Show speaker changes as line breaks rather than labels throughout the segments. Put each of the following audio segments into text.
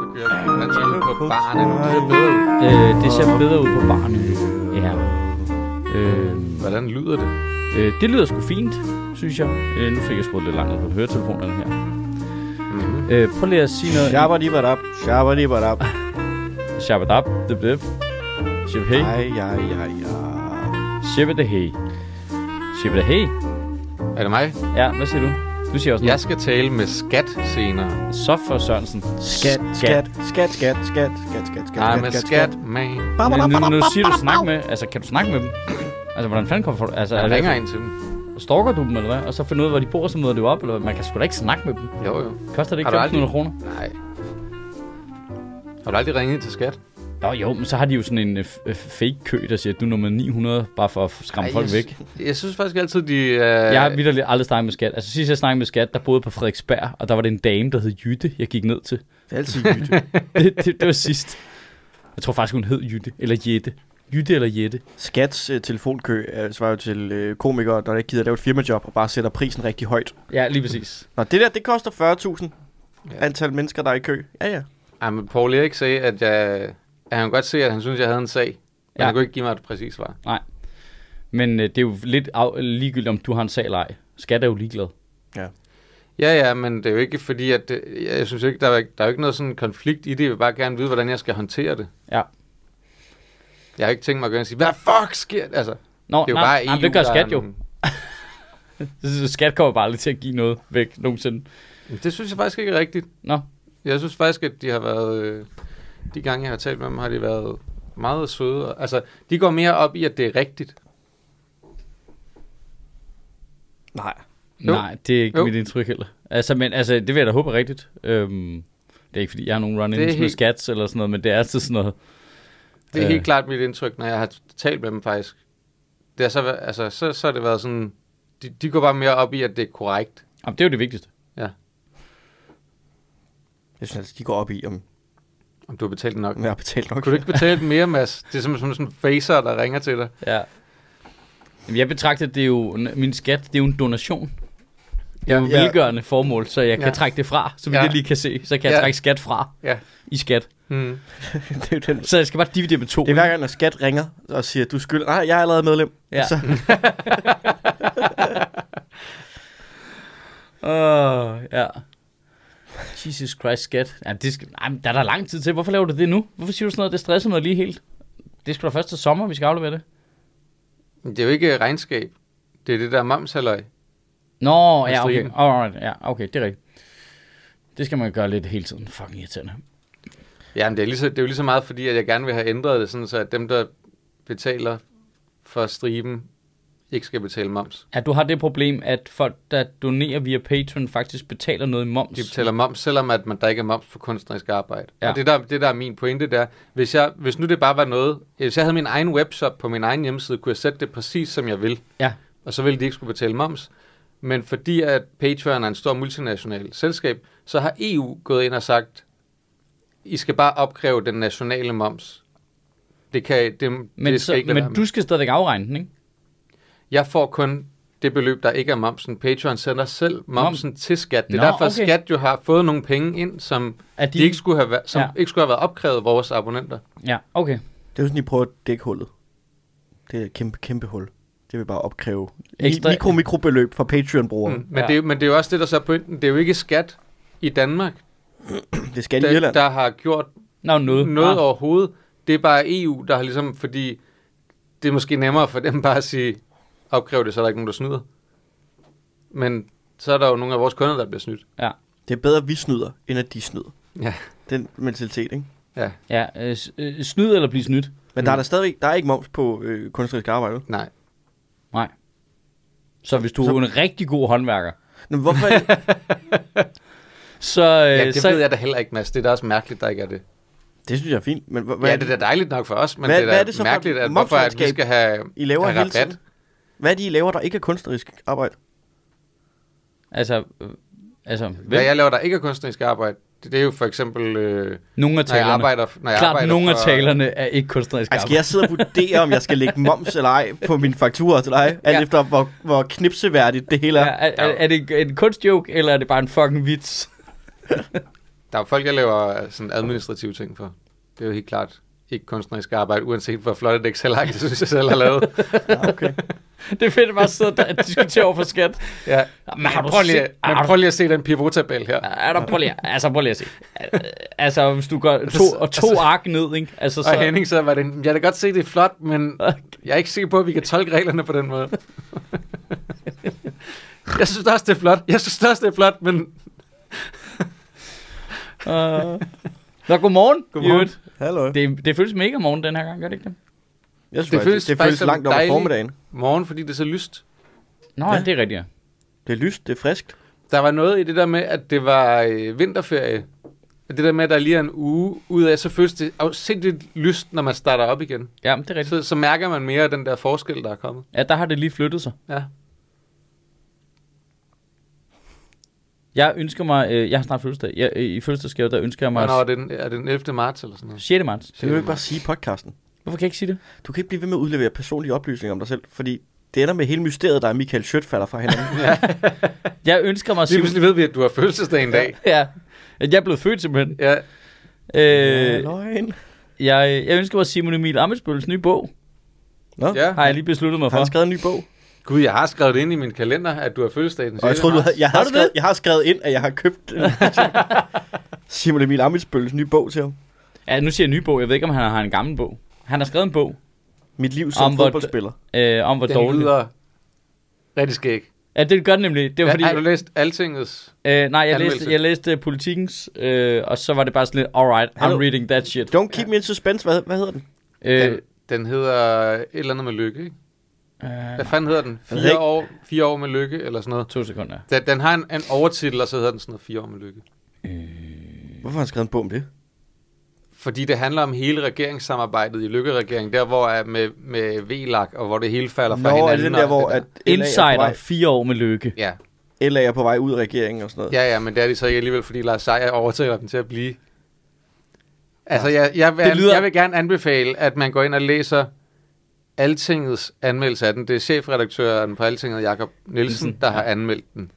Så kører vi gymnastik ud på barne. Det er bedre ud.
Øh, det ser bedre ud på barnet. Ja. Øh,
Hvordan lyder det?
Øh, det lyder sgu fint, synes jeg. Øh, nu fik jeg skruet lidt langt ned på høretelefonerne her. Mm-hmm. Øh, prøv lige at sige noget.
Shabba di badab, shabba di badab.
Shabadab. Det blev. Shib hey.
Ej, ja, ja, ja.
Shib det hey. Shib det hey.
Er det mig?
Ja, hvad siger du? Du siger også noget.
Jeg skal tale med skat senere.
Så for Sørensen.
Skat, skat, skat, skat, skat, skat, skat, skat,
Nej, med skat, man.
Men nu, nu siger du snak med... Altså, kan du snakke med dem? Altså, hvordan fanden kommer du... Altså, er
Jeg
det-
ringer ind til dem.
Stalker du dem, eller hvad? Og så finder ud af, hvor de bor, og så møder du op, eller hvad? Man kan sgu da ikke snakke med dem.
Jo, jo.
Koster det ikke
Har du
1.500 kroner?
Nej. Har du aldrig ringet ind til skat?
Nå jo, men så har de jo sådan en øh, f- øh, fake kø, der siger, at du er nummer 900, bare for at skræmme
Ej,
folk
jeg
væk.
sy- Jeg synes faktisk altid, de... Øh...
Jeg har vitterligt aldrig snakket med skat. Altså sidst jeg snakkede med skat, der boede på Frederiksberg, og der var det en dame, der hed Jytte, jeg gik ned til.
Det er altid Jytte.
Det, det, det var sidst. Jeg tror faktisk, hun hed Jytte, eller Jette. Jytte eller Jette.
Skats øh, telefonkø øh, svarer jo til øh, komikere, der ikke gider lave et firmajob og bare sætter prisen rigtig højt.
Ja, lige præcis.
Nå, det der, det koster 40.000
Ja.
antal mennesker, der er i kø. Ja, ja.
Ej, men Paul Erik sagde, at, jeg... at han kunne godt se, at han synes, jeg havde en sag. Men
Ja.
ja. han kunne ikke give mig et præcist svar.
Men øh, det er jo lidt af, ligegyldigt, om du har en sag eller ej. Skat er jo ligeglad.
Ja, ja, men det er jo ikke fordi, at... øh, Jeg synes ikke, der er, der er jo ikke noget sådan konflikt i det. Jeg vil bare gerne vide, hvordan jeg skal håndtere det.
Ja.
Jeg har ikke tænkt mig at gøre og sige, hvad fuck sker der? Altså, det
Nå,
er jo
nej,
bare
nej,
EU,
men det gør
der er
skat jo.
en-
Så Skat kommer bare aldrig til at give noget væk nogensinde.
Det synes jeg faktisk ikke er rigtigt.
Nå.
Jeg synes faktisk, at de har været... Øh, de gange, jeg har talt med dem, har de været meget søde. og- Altså, de går mere op i, at det er rigtigt.
Nej.
Jo.
Nej, det er ikke jo.
Jo.
mit indtryk heller. Altså, men altså, det vil jeg da håbe er rigtigt. Øhm, det er ikke, fordi jeg har nogen
Det er
run-ins med
helt-
skats eller sådan noget, men det er altid sådan noget.
Det er
Øh.
øh. helt klart mit indtryk, når jeg har talt med dem faktisk. Det er så, væ- altså, så, så har det været sådan... De, de går bare mere op i, at det er korrekt.
Jamen, det er jo det vigtigste.
Jeg synes altså, de går op i, om
Om du har betalt nok.
om jeg har betalt nok.
Kunne du ikke betale dem mere, Mads? Det er som, som sådan en facer, der ringer til dig.
Ja. Jamen, Jeg betragter det jo, n- min skat, det er jo en donation. Det er jo et
Ja.
velgørende formål, så jeg kan
Ja.
trække det fra, så vi ja.
Ja.
det lige kan se. Så kan jeg
Ja.
trække skat fra
Ja.
i skat.
Hmm.
det, er jo den.
Så jeg skal bare dividere med to.
det er hver gang, når Skat ringer og siger, du skylder... Nej, jeg er allerede medlem.
Ja.
Så,
Åh, ja. Jesus Christ, skat. Ja, det skal, ej, men der er der lang tid til. Hvorfor laver du det nu? Hvorfor siger du sådan noget? Det stresser mig lige helt. Det skal da først til sommer, vi skal aflevere det.
Det er jo ikke øh, regnskab. Det er det der mamsaløj.
Nå,
Med
ja, okay.
striben.
Alright, ja, okay, det er rigtigt. Det skal man gøre lidt hele tiden. Fucking irriterende.
Jamen, det er, lige så, det er jo lige så meget, fordi at jeg gerne vil have ændret det, sådan så at dem, der betaler for striben, ikke skal betale moms.
Ja, du har det problem, at folk, der donerer via Patreon, faktisk betaler noget i moms.
De betaler moms, selvom at man, der ikke er moms på kunstnerisk arbejde.
Ja.
Ja. Og det der, det der er min pointe, der, hvis, jeg, hvis nu det bare var noget, hvis jeg havde min egen webshop på min egen hjemmeside, kunne jeg sætte det præcis, som jeg vil.
Ja.
Og så ville de ikke skulle betale moms. Men fordi at Patreon er en stor multinational selskab, så har EU gået ind og sagt, I skal bare opkræve den nationale moms. Det kan, det,
Men,
det skal
så,
ikke lade være
men
med.
du skal stadigvæk afregne den, ikke?
Jeg får kun det beløb, der ikke er momsen. Patreon sender selv momsen til skat. Det er
Nå,
derfor,
okay.
okay. skat jo har fået nogle penge ind, som,
At
at
de-
de, de ikke, skulle have, væ- som
Ja.
ja. ikke skulle have været opkrævet af vores abonnenter.
Ja, okay.
det er jo sådan, de prøver at dække hullet. Det er et kæmpe, kæmpe hul. Det vil bare opkræve
Ekstra-
Ekstra... mikro, mikrobeløb fra Patreon-brugere.
Mm.
Mm.
Men,
Ja.
ja. det, er jo- men det er jo også det, der så er pointen. Det er jo ikke skat i Danmark,
Det er Skat i
der,
Irland.
der har gjort
Nå, noget.
noget
ah,
overhovedet. Det er bare EU, der har ligesom, fordi det er måske nemmere for dem bare at sige, opkræv det, så er der ikke nogen, der snyder. Men så er der jo nogle af vores kunder, der bliver snydt.
Det er bedre, at vi snyder, end at de snyder.
Ja.
Den mentalitet, ikke?
Ja,
ja, øh, s- øh, snyd eller blive snydt.
Men mm. der er der stadigvæk der er ikke moms på øh, kunstnerisk arbejde. vel?
nej.
Så hvis du
Så-
er en rigtig god håndværker,
Nå, Men hvorfor,
Så,
Ja,
øh,
det
så,
ved jeg da heller ikke, Mads. Det er da også mærkeligt, der ikke er det.
Det synes jeg er fint. Men h-
Hvad? Ja, det er da dejligt nok for os, men
Hvad-
det er da
hvad er
er
det så for et
mærkeligt, at hvorfor at vi
momsregnskab,
skal have,
I laver
have
hele
rabat.
tiden. Hvad er det, I laver, der ikke er kunstnerisk arbejde?
Altså, øh, altså hvem?
Hvad jeg laver, der ikke er kunstnerisk arbejde, det, det er jo for eksempel, øh,
nogle af
når jeg
talerne.
arbejder, når jeg
Klart,
arbejder
nogle af
for-
talerne er ikke kunstnerisk
Ej, skal jeg sidde og vurdere, om jeg skal lægge moms eller ej på min faktura til dig? Alt
Ja.
ja. efter, hvor, hvor knipseværdigt det hele
Ja,
er.
er, er, er det en kunstjoke, eller er det bare en fucking vits?
Der er jo folk, jeg laver sådan administrative ting for. Det er jo helt klart ikke kunstnerisk arbejde, uanset hvor flot et Excel-ark, jeg synes, jeg selv har lavet.
Ja, okay.
Det er fedt at bare sidde og diskutere over for skat.
Ja.
Men har du
prøv, lige,
set- har
men
du-
prøv lige at se den pivot-tabel her.
Er der, prøv lige, altså prøv lige at se. Altså, hvis du går to, og to ark ned, ikke? Altså,
Og
så,
Henning så var det, jeg kan da godt se, det er flot, men jeg er ikke sikker på, at vi kan tolke reglerne på den måde. jeg synes da også, det er flot. Jeg synes da også, det er flot, men
øh. Nå, godmorgen.
Godmorgen.
i øvrigt.
Hallo.
Det, det føles mega morgen den her gang, gør det ikke det?
Jeg synes,
Det
det,
føles
føles, det
faktisk
føles
som
langt om
dejlig-
formiddagen.
morgen, fordi det er så lyst.
Nå,
Ja.
ja. det er rigtigt. ja.
Det er lyst, det er friskt.
Der var noget i det der med, at det var øh, vinterferie. Og Det der med, at der lige er en uge ud af, så føles det afsindigt lyst, når man starter op igen.
Ja, men det er rigtigt.
Så, så mærker man mere den der forskel, der er kommet.
Ja, der har det lige flyttet sig.
Ja.
Jeg ønsker mig, øh, jeg har snart fødselsdag. Jeg, øh, I fødselsdagsgave, der ønsker jeg mig
Hvornår er det, den, er det den 11. marts eller sådan noget?
6. marts.
Det kan du ikke bare sige i podcasten.
Hvorfor kan jeg ikke sige det?
Du kan ikke blive ved med at udlevere personlige oplysninger om dig selv, fordi det ender med hele mysteriet, der er Michael Schødt falder fra hinanden.
Jeg ønsker mig
Lige
simpelthen...
pludselig ved vi, at du har fødselsdag en dag.
Ja, at jeg er blevet født simpelthen.
Ja.
Øh,
Løgn.
jeg, jeg ønsker mig Simon Emil Amitsbøls nye bog,
Nå, ja.
ja.
har jeg lige besluttet mig
har
for.
han skrevet en ny bog?
Gud, jeg har skrevet det ind i min kalender, at du har fødselsdag den
Og jeg
6.
tror, du
marts.
havde, jeg, har
Har du
skrevet,
det?
jeg har skrevet ind, at jeg har købt øh, Simon Emil Amitsbølles nye bog til ham.
Ja, nu siger jeg ny bog. Jeg ved ikke, om han har en gammel bog. Han har skrevet en bog
Mit liv som
Om hvor-
fodboldspiller.
øh, om, hvor
Den
dårligt...
lyder rigtig skæg.
Ja, det gør den nemlig. Det var fordi...
Har du læst Altingets?
Øh, nej, jeg læste,
Anmeldelse.
jeg læste øh, Politikens, øh, og så var det bare sådan lidt, alright, I'm
Hallo?
reading that shit.
Don't keep me in suspense. Hvad, hvad hedder den?
Øh,
Den, den hedder et eller andet med lykke, ikke?
øh,
Hvad fanden hedder den?
ved ikke.
Fire år, fire år med lykke, eller sådan noget.
to sekunder.
Den, den har en, en overtitel, og så hedder den sådan noget, fire år med lykke.
Hvorfor har han skrevet en bog om det?
Fordi det handler om hele regeringssamarbejdet i lykkeregeringen, der hvor er med, med VLAG, og hvor det hele falder fra
Nå, er
hinanden.
det den
og
der,
alt
hvor
det
at LA, er på
Insider,
vej,
fire år med lykke.
Ja.
LA er på vej ud af regeringen og sådan noget?
ja, ja, men det er de så ikke alligevel, fordi Lars Seier overtaler dem til at blive. Altså, jeg, jeg, vil,
Det lyder-
jeg vil gerne anbefale, at man går ind og læser Altingets anmeldelse af den. Det er chefredaktøren på Altinget, Jakob Nielsen, der har anmeldt den.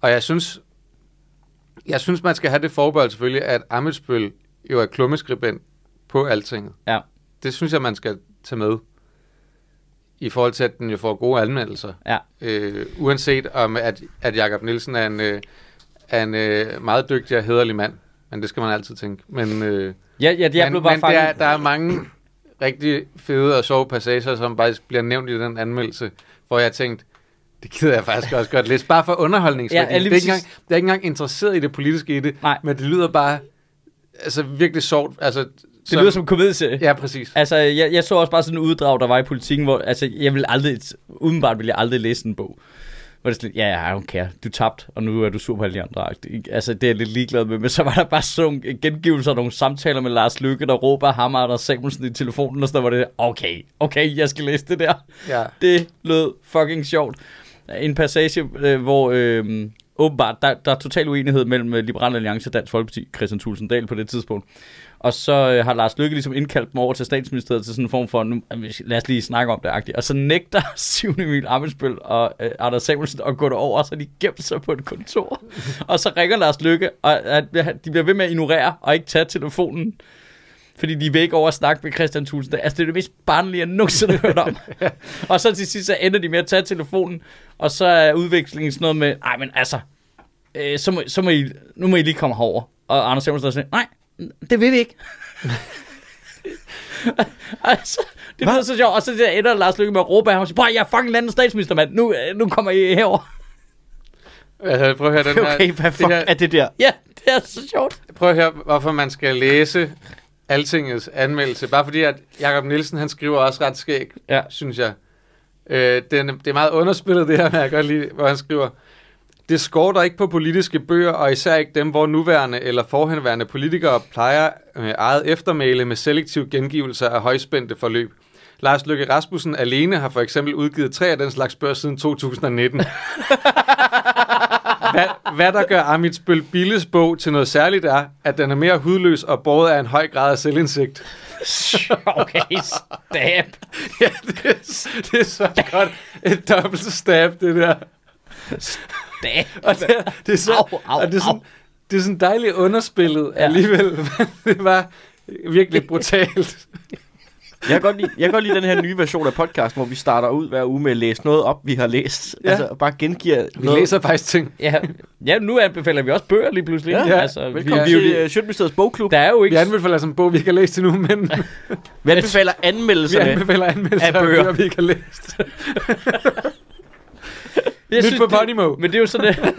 Og jeg synes, jeg synes, man skal have det forbehold selvfølgelig, at Amitsbøl jo er klummeskribent på Altinget.
Ja.
Det synes jeg, man skal tage med. I forhold til, at den jo får gode anmeldelser.
Ja.
Øh, uanset om, at, at Jakob Nielsen er en, øh, er en øh, meget dygtig og hederlig mand. Men det skal man altid tænke. Men, øh,
Ja, ja, jeg
men,
blev bare
men der, er-
fanget.
der er mange rigtig fede og sjove passager, som faktisk bliver nævnt i den anmeldelse, hvor jeg tænkte, det gider jeg faktisk også godt læse. Bare for underholdningsværdien.
Ja, ja, lige
det, er ikke engang,
præcis.
det er ikke engang interesseret i det politiske i det,
Nej.
men det lyder bare altså, virkelig sjovt. Altså,
Det lyder som en komedieserie.
Ja, præcis.
Altså, jeg, jeg så også bare sådan en uddrag, der var i politikken, hvor altså, jeg vil aldrig, udenbart ville jeg aldrig læse en bog. Hvor det er sådan, lidt, ja, ja, I don't care. Du tabte, og nu er du super alle de andre. Ikke? Altså, det er jeg lidt ligeglad med. Men så var der bare sådan nogle gengivelser af nogle samtaler med Lars Lykke, der råber ham og Anders Samuelsen i telefonen, og sådan noget, hvor det er, okay, okay, jeg skal læse det der.
Ja.
Det lød fucking sjovt. En passage, øh, hvor øh, åbenbart, der, der er total uenighed mellem øh, Liberal Alliance og Dansk Folkeparti, Christian Thulsen Dahl på det tidspunkt. Og så øh, har Lars Løkke ligesom indkaldt dem over til statsministeriet til sådan en form for, nu, øh, vi- lad os lige snakke om det, agtigt. og så nægter Sivne Emil Amitsbøl og øh, Anders Samuelsen at gå derover, og så har de gemt sig på et kontor. og så ringer Lars Løkke, og øh, de bliver ved med at ignorere og ikke tage telefonen. Fordi de vil ikke over at snakke med Christian Thulsen Dahl. Altså, det er det mest barnlige, jeg nogensinde har hørt om. og så til sidst, så ender de med at tage telefonen, og så er udvekslingen sådan noget med, nej, men altså, øh, så, må, så må I, nu må I lige komme herover. Og Anders Samuelsen siger, nej, det vil vi ikke. altså, det lyder så sjovt. Og så ender Lars Løkke med at råbe af ham og sige, "Prøv at høre, jeg er fucking landets statsminister, mand. Nu, øh, nu kommer I herover.
Altså, prøv at høre den her.
Okay, hvad fuck
det her,
er det der?
ja, det er så sjovt.
prøv at høre, hvorfor man skal læse Altingets anmeldelse. Bare fordi, at Jacob Nielsen, han skriver også ret skæg,
Ja.
synes jeg. Øh, det, er, det er meget underspillet, det her, men jeg kan godt lide, hvor han skriver. Det skorter ikke på politiske bøger, og især ikke dem, hvor nuværende eller forhenværende politikere plejer øh, eget eftermæle med selektiv gengivelse af højspændte forløb. Lars Løkke Rasmussen alene har for eksempel udgivet tre af den slags bøger siden 2019. hvad, hvad der gør Amitsbøl Billes bog til noget særligt er, at den er mere hudløs og båret af en høj grad af selvindsigt.
Okay, stab.
ja, det er, det er så godt. Et dobbelt stab, det der.
Stab.
Og det, er- det er så,
Au, au,
og det er sådan,
au.
det er sådan dejligt underspillet
Ja.
ja. alligevel. men det var virkelig brutalt.
Jeg kan, godt lide, jeg kan godt lide den her nye version af podcasten, hvor vi starter ud hver uge med at læse noget op, vi har læst. Ja.
Ja.
Altså, og bare gengiver
Vi læser faktisk ting.
Ja, ja, nu anbefaler vi også bøger lige pludselig.
Ja,
ja.
vi-
Velkommen
Vi er jo
til
de-
uh, Sjøtministeriets bogklub.
Der er jo
Vi
ikke...
anbefaler som bog, vi ikke har læst endnu, men
Vi anbefaler
vi
anmeldelserne.
anbefaler anmeldelser
Af
af
bøger.
bøger, vi ikke har læst.
Jeg
Nyt på
det-
Podimo.
Men det er jo sådan, det,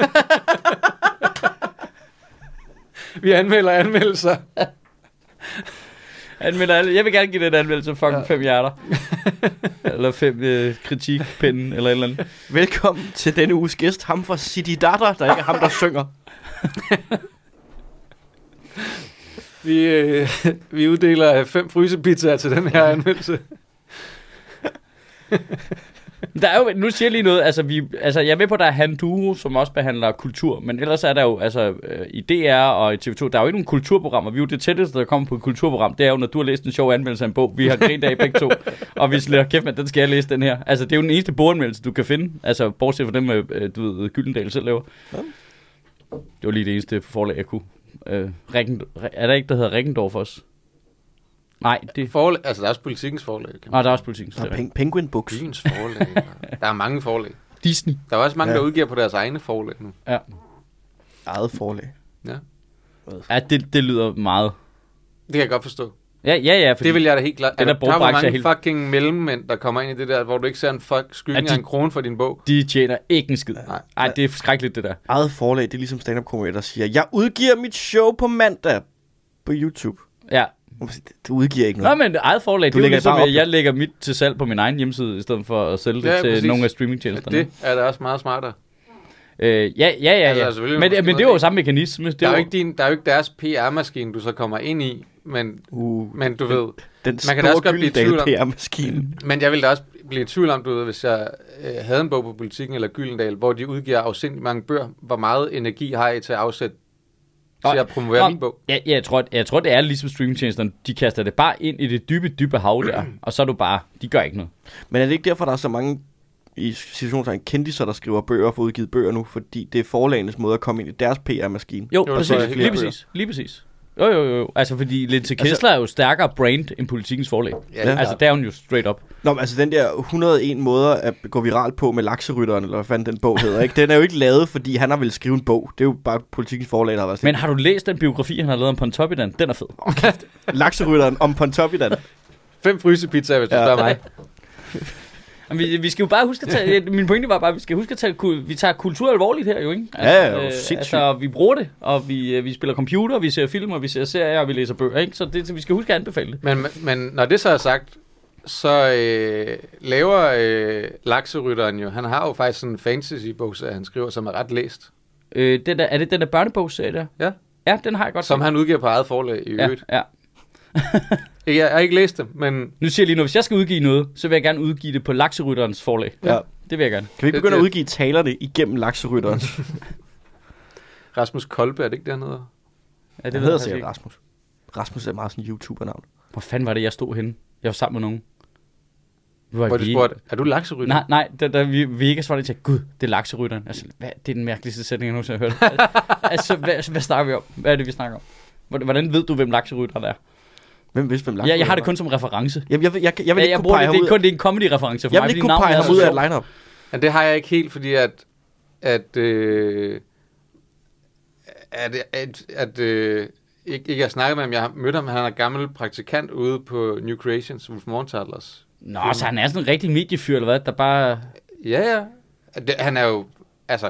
Vi anmelder anmeldelser.
anmelder alle. Jeg vil gerne give den anmeldelse fucking ja.
Ja.
fem hjerter. eller fem øh, kritikpinden, eller et eller andet.
Velkommen til denne uges gæst, ham fra City Datter, der ikke er ham, der synger.
Vi, øh, vi uddeler øh, fem frysepizzaer til den her anmeldelse.
Der er jo, nu siger jeg lige noget, altså, vi, altså jeg er med på, at der er Handuro, som også behandler kultur, men ellers er der jo, altså øh, i DR og i TV2, der er jo ikke nogen kulturprogrammer. Vi er jo det tætteste, der kommer på et kulturprogram, det er jo, når du har læst en sjov anmeldelse af en bog, vi har grint af begge to, og vi siger, kæft mand, den skal jeg læse den her. Altså det er jo den eneste boganmeldelse, du kan finde, altså bortset fra dem, øh, øh, du ved, Gyldendal selv laver.
Ja.
Det var lige det eneste forlag, jeg kunne. Øh, Rikken, er der ikke, der hedder Rikkendorf også? Nej, det...
Forlæg, altså, der er også politikens forlag. Kan man.
Nej, der er også politik.
Der er peng- Penguin Books.
Byens forlag. og- Der er mange forlag.
Disney.
Der er også mange,
Ja.
ja. der udgiver på deres egne forlag nu.
Ja.
Eget forlag.
Ja.
Ja, det, det lyder meget.
Det kan jeg godt forstå.
Ja, ja, ja. Fordi
Det vil jeg da helt klart.
Den
Den
der
er der hvor
bogbranche er
mange
helt-
fucking mellemmænd, der kommer ind i det der, hvor du ikke ser en fuck skygge
Er
ja,
de-
de... en krone for din bog.
de tjener ikke en skid. Nej,
Nej.
Ej, det er skrækkeligt, det der.
Eget forlag, det er ligesom stand up komikere der siger, jeg udgiver mit show på mandag på YouTube.
Ja.
Man siger, "Det- Du udgiver ikke
Nå,
noget.
men eget forlag,
Du
det er jo
lægger
ligesom,
bare op,
at
jo.
jeg lægger mit til salg på min egen hjemmeside, i stedet for at sælge det
Ja,
til
præcis.
nogle af
Ja,
streamingtjenesterne.
det er da også meget smartere.
Øh, ja, ja, ja, ja.
Altså,
Altså,
selvfølgelig
men,
måske
men det er
noget
jo samme mekanisme. Det
Der er,
er
jo
jo,
ikke din, der er jo ikke deres PR-maskine, du så kommer ind i, men,
Uh,
men du ved...
den
man kan da også
store
godt blive i tvivl om-
Gyldendal-PR-maskine.
Men jeg ville da også blive i tvivl om, du ved, hvis jeg øh, havde en bog på Politiken eller Gyldendal, hvor de udgiver afsindelig mange bøger, hvor meget energi har I til at afsætte til
Nej.
at promovere
Nå,
min bog?
ja, ja, jeg, tror, at, jeg tror, det er ligesom streamingtjenesterne. De kaster det bare ind i det dybe, dybe hav der, og så er du bare, de gør ikke noget.
Men er det ikke derfor, der er så mange i situationen kendiser, der skriver bøger og får udgivet bøger nu, fordi det er forlagenes måde at komme ind i deres PR-maskine?
Jo,
Jo,
jo
så er
præcis. Lige
der flere bøger.
præcis. Lige præcis. Jo, jo, jo. Altså, fordi Linse Kessler altså, er jo stærkere brand end politikens forlag.
Ja, det er
altså,
klart.
der er hun jo straight up.
Nå, men altså den der 101 måder at gå viral på med lakserytteren, eller hvad fanden den bog hedder, ikke? Den er jo ikke lavet, fordi han har vel skrive en bog. Det er jo bare politikens forlag, der har været sådan.
Men har du læst den biografi, han har lavet om Pontoppidan? Den er fed.
Lakserytteren om Pontoppidan.
Fem frysepizzaer, hvis du
Ja.
spørger mig.
Jamen, Vi, vi skal jo bare huske at tage, min pointe var bare, at vi skal huske at tage, ku- vi tager kultur alvorligt her jo, ikke?
Ja, jo, sindssygt.
altså, vi bruger det, og vi, øh, vi spiller computer, vi ser film, og vi ser serier, og vi læser bøger, ikke? Så det, vi skal huske at anbefale det.
Men, men når det så er sagt, så øh, laver øh, lakserytteren jo, han har jo faktisk sådan en fantasy-bog, så han skriver, som er ret læst,
Øh, den der, er det den der børnebogsserie der?
Ja.
Ja, den har jeg godt
som
set.
han udgiver på eget forlag i
ja,
øvrigt.
ja.
Ja. Jeg, jeg har ikke læst dem, men
Nu siger jeg lige nu, hvis jeg skal udgive noget, så vil jeg gerne udgive det på Lakserytterens forlag.
Ja.
Det vil jeg gerne.
Kan vi ikke
Det-
begynde at
det-
udgive talerne igennem lakserytteren?
Rasmus Kolbe, er det ikke det, han hedder?
Ja,
Det
ved jeg
hedder
faktisk
sikkert
ikke.
Rasmus. Rasmus er meget sådan YouTuber-navn.
Hvor fanden var det, jeg stod henne? Jeg var sammen med nogen. Vi var i
Hvor de
Vega.
spurgte, er du lakserytter?
Nej, nej, da, da vi, vi ikke svarede til, gud, det er lakserytteren. Altså, hvad, det er den mærkeligste sætning, jeg nogensinde har hørt. altså, hvad, hvad snakker vi om? Hvad er det, vi snakker om? Hvordan- Hvordan ved du, hvem lakserytteren er?
Hvem vidste, hvem
Ja,
lakserytteren
jeg har det
er?
kun som reference.
Jamen, jeg, vil- jeg, jeg, jeg vil
Ja,
ikke
jeg
kunne
bruger
pege
det,
ham
det er
ud.
kun det er en comedy-reference for
Jeg
mig,
vil ikke
fordi
kunne
navnet
pege
er
ham
så
ud af
sjovt.
et lineup.
Men det har jeg ikke helt, fordi at... at øh, at, at, at øh, ikke, ikke jeg snakkede med ham, jeg har mødt ham, han er gammel praktikant ude på New Creations, Wolf Morgentalers.
Nå, så han er sådan en rigtig mediefyr, eller hvad? Der bare...
Ja, ja. At Det, han er jo, altså,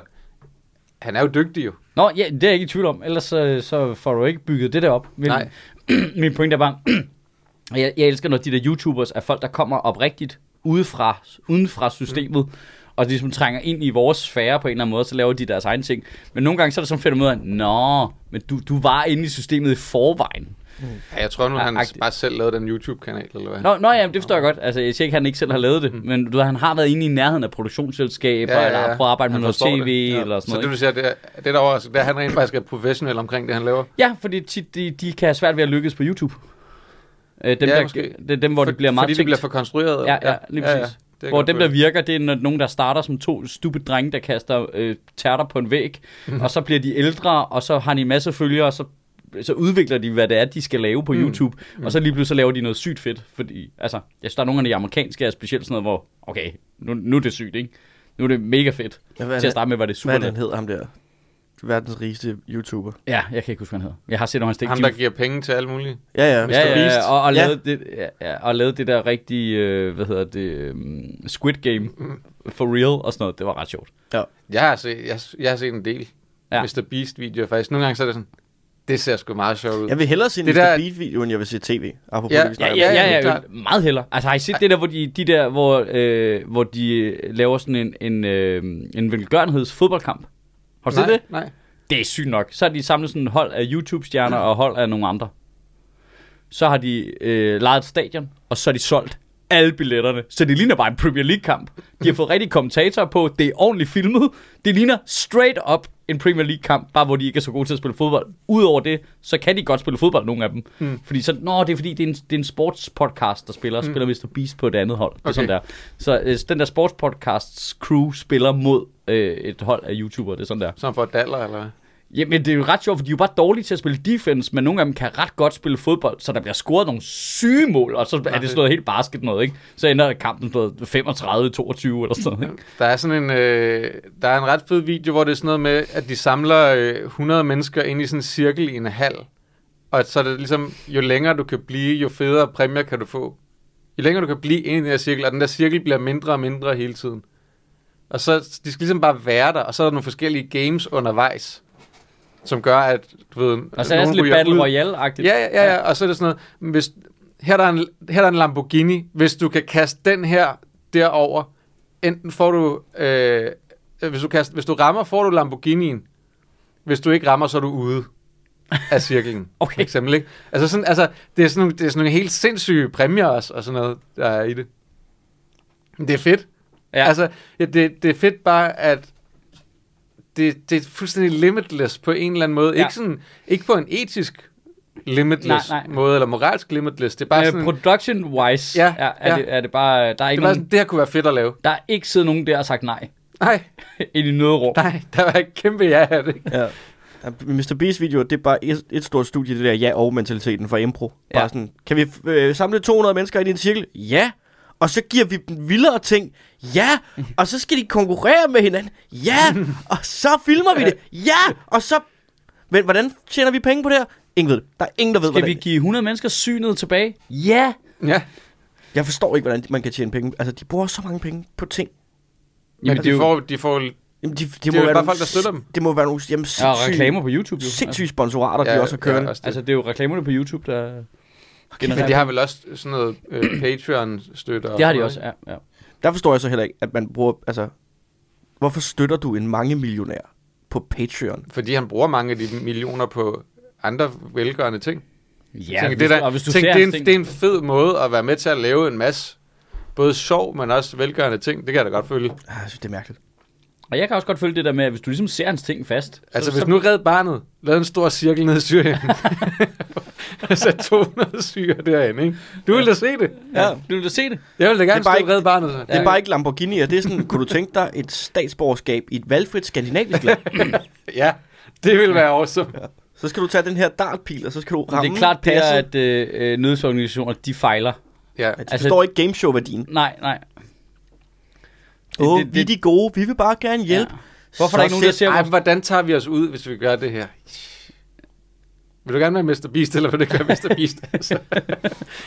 han er jo dygtig jo.
Nå, ja, det er jeg ikke i tvivl om. Ellers så, så får du ikke bygget det der op. Min,
Nej.
min pointe er bare,
Mm.
jeg, jeg elsker, når de der YouTubers er folk, der kommer oprigtigt udefra, uden fra systemet, og de ligesom trænger ind i vores sfære på en eller anden måde, så laver de deres egen ting. Men nogle gange så er det sådan fedt at nå, men du, du var inde i systemet i forvejen.
Ja, jeg tror nu, han
Agtigt.
bare selv lavede den YouTube-kanal, eller hvad?
Nå, nå ja, men det forstår jeg godt. Altså, jeg siger ikke, at han ikke selv har lavet det, mm. men du ved, han har været inde i nærheden af produktionsselskaber, ja, ja, ja. eller har prøvet at arbejde
Han
med noget
forstår det.
tv, ja. eller sådan
Så
noget.
det, du siger, det, er, det der overrasker, det er, at han rent faktisk er professionel omkring det, han laver.
Ja, fordi tit, de, de kan have svært ved at lykkes på YouTube. Øh, dem,
Ja,
ja, der,
måske.
det er dem, hvor
For-
det bliver meget
Fordi det
tænkt.
bliver for konstrueret.
Ja, ja, lige præcis.
det er
Hvor
godt
dem,
følt.
der virker, det er når nogen, der starter som to stupid drenge, der kaster øh, tærter på en væg, og så bliver de ældre, og så har de en masse følgere, og så, så udvikler de, hvad det er, de skal lave på mm. YouTube, og så lige pludselig så laver de noget sygt fedt, fordi, altså, jeg synes, der er nogle af de amerikanske, er specielt sådan noget, hvor, okay, nu, nu er det sygt, ikke? Nu er det mega fedt.
Ja, hvad er
Til at
det,
starte med var det super
hvad er det, han
det?
hedder ham der? Verdens rigeste YouTuber.
Ja, jeg kan ikke huske, hvad han hedder. Jeg har set, om han stik
Ham, der giver penge til alle mulige.
Ja, ja.
Ja, ja,
Beast.
ja, og, og,
Ja.
lavede det, ja, ja, og lavede det der rigtige, øh, hvad hedder det, øh, Squid Game for real og sådan noget. Det var ret sjovt.
Jeg har set, jeg, jeg har set en del
Ja.
ja. Mr. Beast-videoer faktisk. Nogle gange så er det sådan, det ser sgu meget sjovt ud.
Jeg vil hellere se en
Det
Mr.
der-
Beat-video, end jeg vil se tv. Apropos
Ja,
det, vi
Ja,
snakker
ja,
om.
ja, ja, ja
klart.
meget hellere. Altså har I set det der, hvor de, de der, hvor, øh, hvor de øh, laver sådan en, en, øh, en velgørenheds fodboldkamp? Har du set
nej,
det?
Nej.
Det er sygt nok. Så har de samlet sådan et hold af YouTube-stjerner og hold af nogle andre. Så har de øh, lejet et stadion, og så har de solgt alle billetterne. Så det ligner bare en Premier League-kamp. De har fået rigtige kommentatorer på. Det er ordentligt filmet. Det ligner straight up en Premier League-kamp, bare hvor de ikke er så gode til at spille fodbold. Udover det, så kan de godt spille fodbold, nogle af dem. Mm. Fordi så, nå, det er fordi, det er en, det er en sportspodcast, der spiller, og spiller Mr. Beast på et andet hold. Det er
Okay.
sådan der. Så øh, den der sportspodcasts crew spiller mod øh, et hold af YouTubere. Det er sådan der.
Som for daller, eller hvad?
Jamen, det er jo ret sjovt, for de er jo bare dårlige til at spille defense, men nogle af dem kan ret godt spille fodbold, så der bliver scoret nogle syge mål, og så er det sådan noget helt basket noget, ikke? Så ender kampen på 35-22 eller sådan noget, ikke?
Der er sådan en, øh, der er en ret fed video, hvor det er sådan noget med, at de samler øh, 100 mennesker ind i sådan en cirkel i en hal. Og så er det ligesom, jo længere du kan blive, jo federe præmier kan du få. Jo længere du kan blive ind i den der cirkel, og den der cirkel bliver mindre og mindre hele tiden. Og så, de skal ligesom bare være der, og så er der nogle forskellige games undervejs, som gør, at du ved...
Og så er det
nogen
sådan lidt
ryger
Battle
ud.
Royale-agtigt.
Ja, ja, ja, ja, og så er det sådan noget, hvis, her, er der en, her er der en Lamborghini, hvis du kan kaste den her derover, enten får du, øh, hvis, du kaster, hvis du rammer, får du Lamborghinien, hvis du ikke rammer, så er du ude af cirklen,
Okay.
for eksempel, ikke? Altså, sådan, altså det, er sådan nogle, det er sådan nogle helt sindssyge præmier også, og sådan noget, der er i det. Men det er fedt.
Ja.
Ja. Altså, ja, det, det er fedt bare, at det, det er fuldstændig limitless på en eller anden måde.
Ja.
Ja. Ikke, sådan, ikke på en etisk limitless
Nej, nej.
måde, eller moralsk limitless. Det er bare
Øh,
sådan,
Production-wise
Ja,
er, er,
ja.
Det, er det bare... Der er,
det, er
ikke
bare
nogen,
sådan, det her kunne være fedt at lave.
der er ikke siddet nogen der og sagt nej
Nej,
ind i noget rum.
nej, der var et kæmpe ja af det.
Ja. Ja, Mr. Beast videoer, det er bare et, et stort studie, det der ja og mentaliteten fra impro. Bare
Ja.
ja. sådan, kan vi øh, samle 200 mennesker ind i en cirkel? Ja. Og så giver vi dem vildere ting. Ja. Og så skal de konkurrere med hinanden. Ja. Og så filmer vi det. Ja. Og så... Men hvordan tjener vi penge på det her? Ingen ved det. Der er ingen, der ved,
Skal
hvordan...
vi give 100 mennesker synet tilbage? Ja!
Ja,
Jeg forstår ikke, hvordan man kan tjene penge. Altså, de bruger så mange penge på ting.
Jamen,
men de,
det er jo-
altså, får, de får...
Jamen, de, de
er
må
jo bare
være nogle
folk, der
s-
støtter dem.
Det må være nogle jamen, sindssyge,
Og reklamer på YouTube, jo.
sindssyge sponsorater, ja, de også har kørende.
også det.
Altså, det er jo reklamerne på YouTube, der...
men de har vel også sådan noget øh, Patreon-støtte. og
det har de
sådan noget,
også, ja. ja.
Der forstår jeg så heller ikke, at man bruger... Altså, hvorfor støtter du en mange millionær på Patreon?
ikke? Fordi han bruger mange af de millioner på andre velgørende ting.
Ja,
tænker,
hvis-
det, der,
og hvis du
tænk,
ser
det, er en,
hans ting-
det er en fed måde at være med til at lave en masse både sjov, men også velgørende ting. Det kan jeg da godt følge.
Ah, jeg synes, det er mærkeligt.
Og jeg kan også godt følge det der med, at hvis du ligesom ser hans ting fast,
Altså,
så,
hvis
så,
nu Red Barnet lavede en stor cirkel ned i Syrien, og satte 200 syre derinde, ikke? Du ville da se det.
ja. du vil da se det.
Jeg ville da
Det
gerne
er bare
stå i
ikke-
Red Barnet. Så.
Det er bare ikke Lamborghini, og det er sådan, kunne du tænke dig et statsborgerskab i et valgfrit skandinavisk land?
Ja, det ville være awesome.
Så skal du tage den her dartpil, og så skal du ramme
Ramme det er klart, det er, at
passet.
øh, øh, nødsorganisationer, de fejler.
Ja.
Ja, de
altså-
forstår ikke gameshow-værdien.
Nej, nej.
Åh, oh,
det-
vi er de gode, vi vil bare gerne hjælpe.
Ja. Hvorfor er der ikke nogen, der siger,
Ej,
hvor...
hvordan tager vi os ud, hvis vi gør det her? Vil du gerne være Mr. Beast, eller vil du ikke være Mr. Beast? Altså,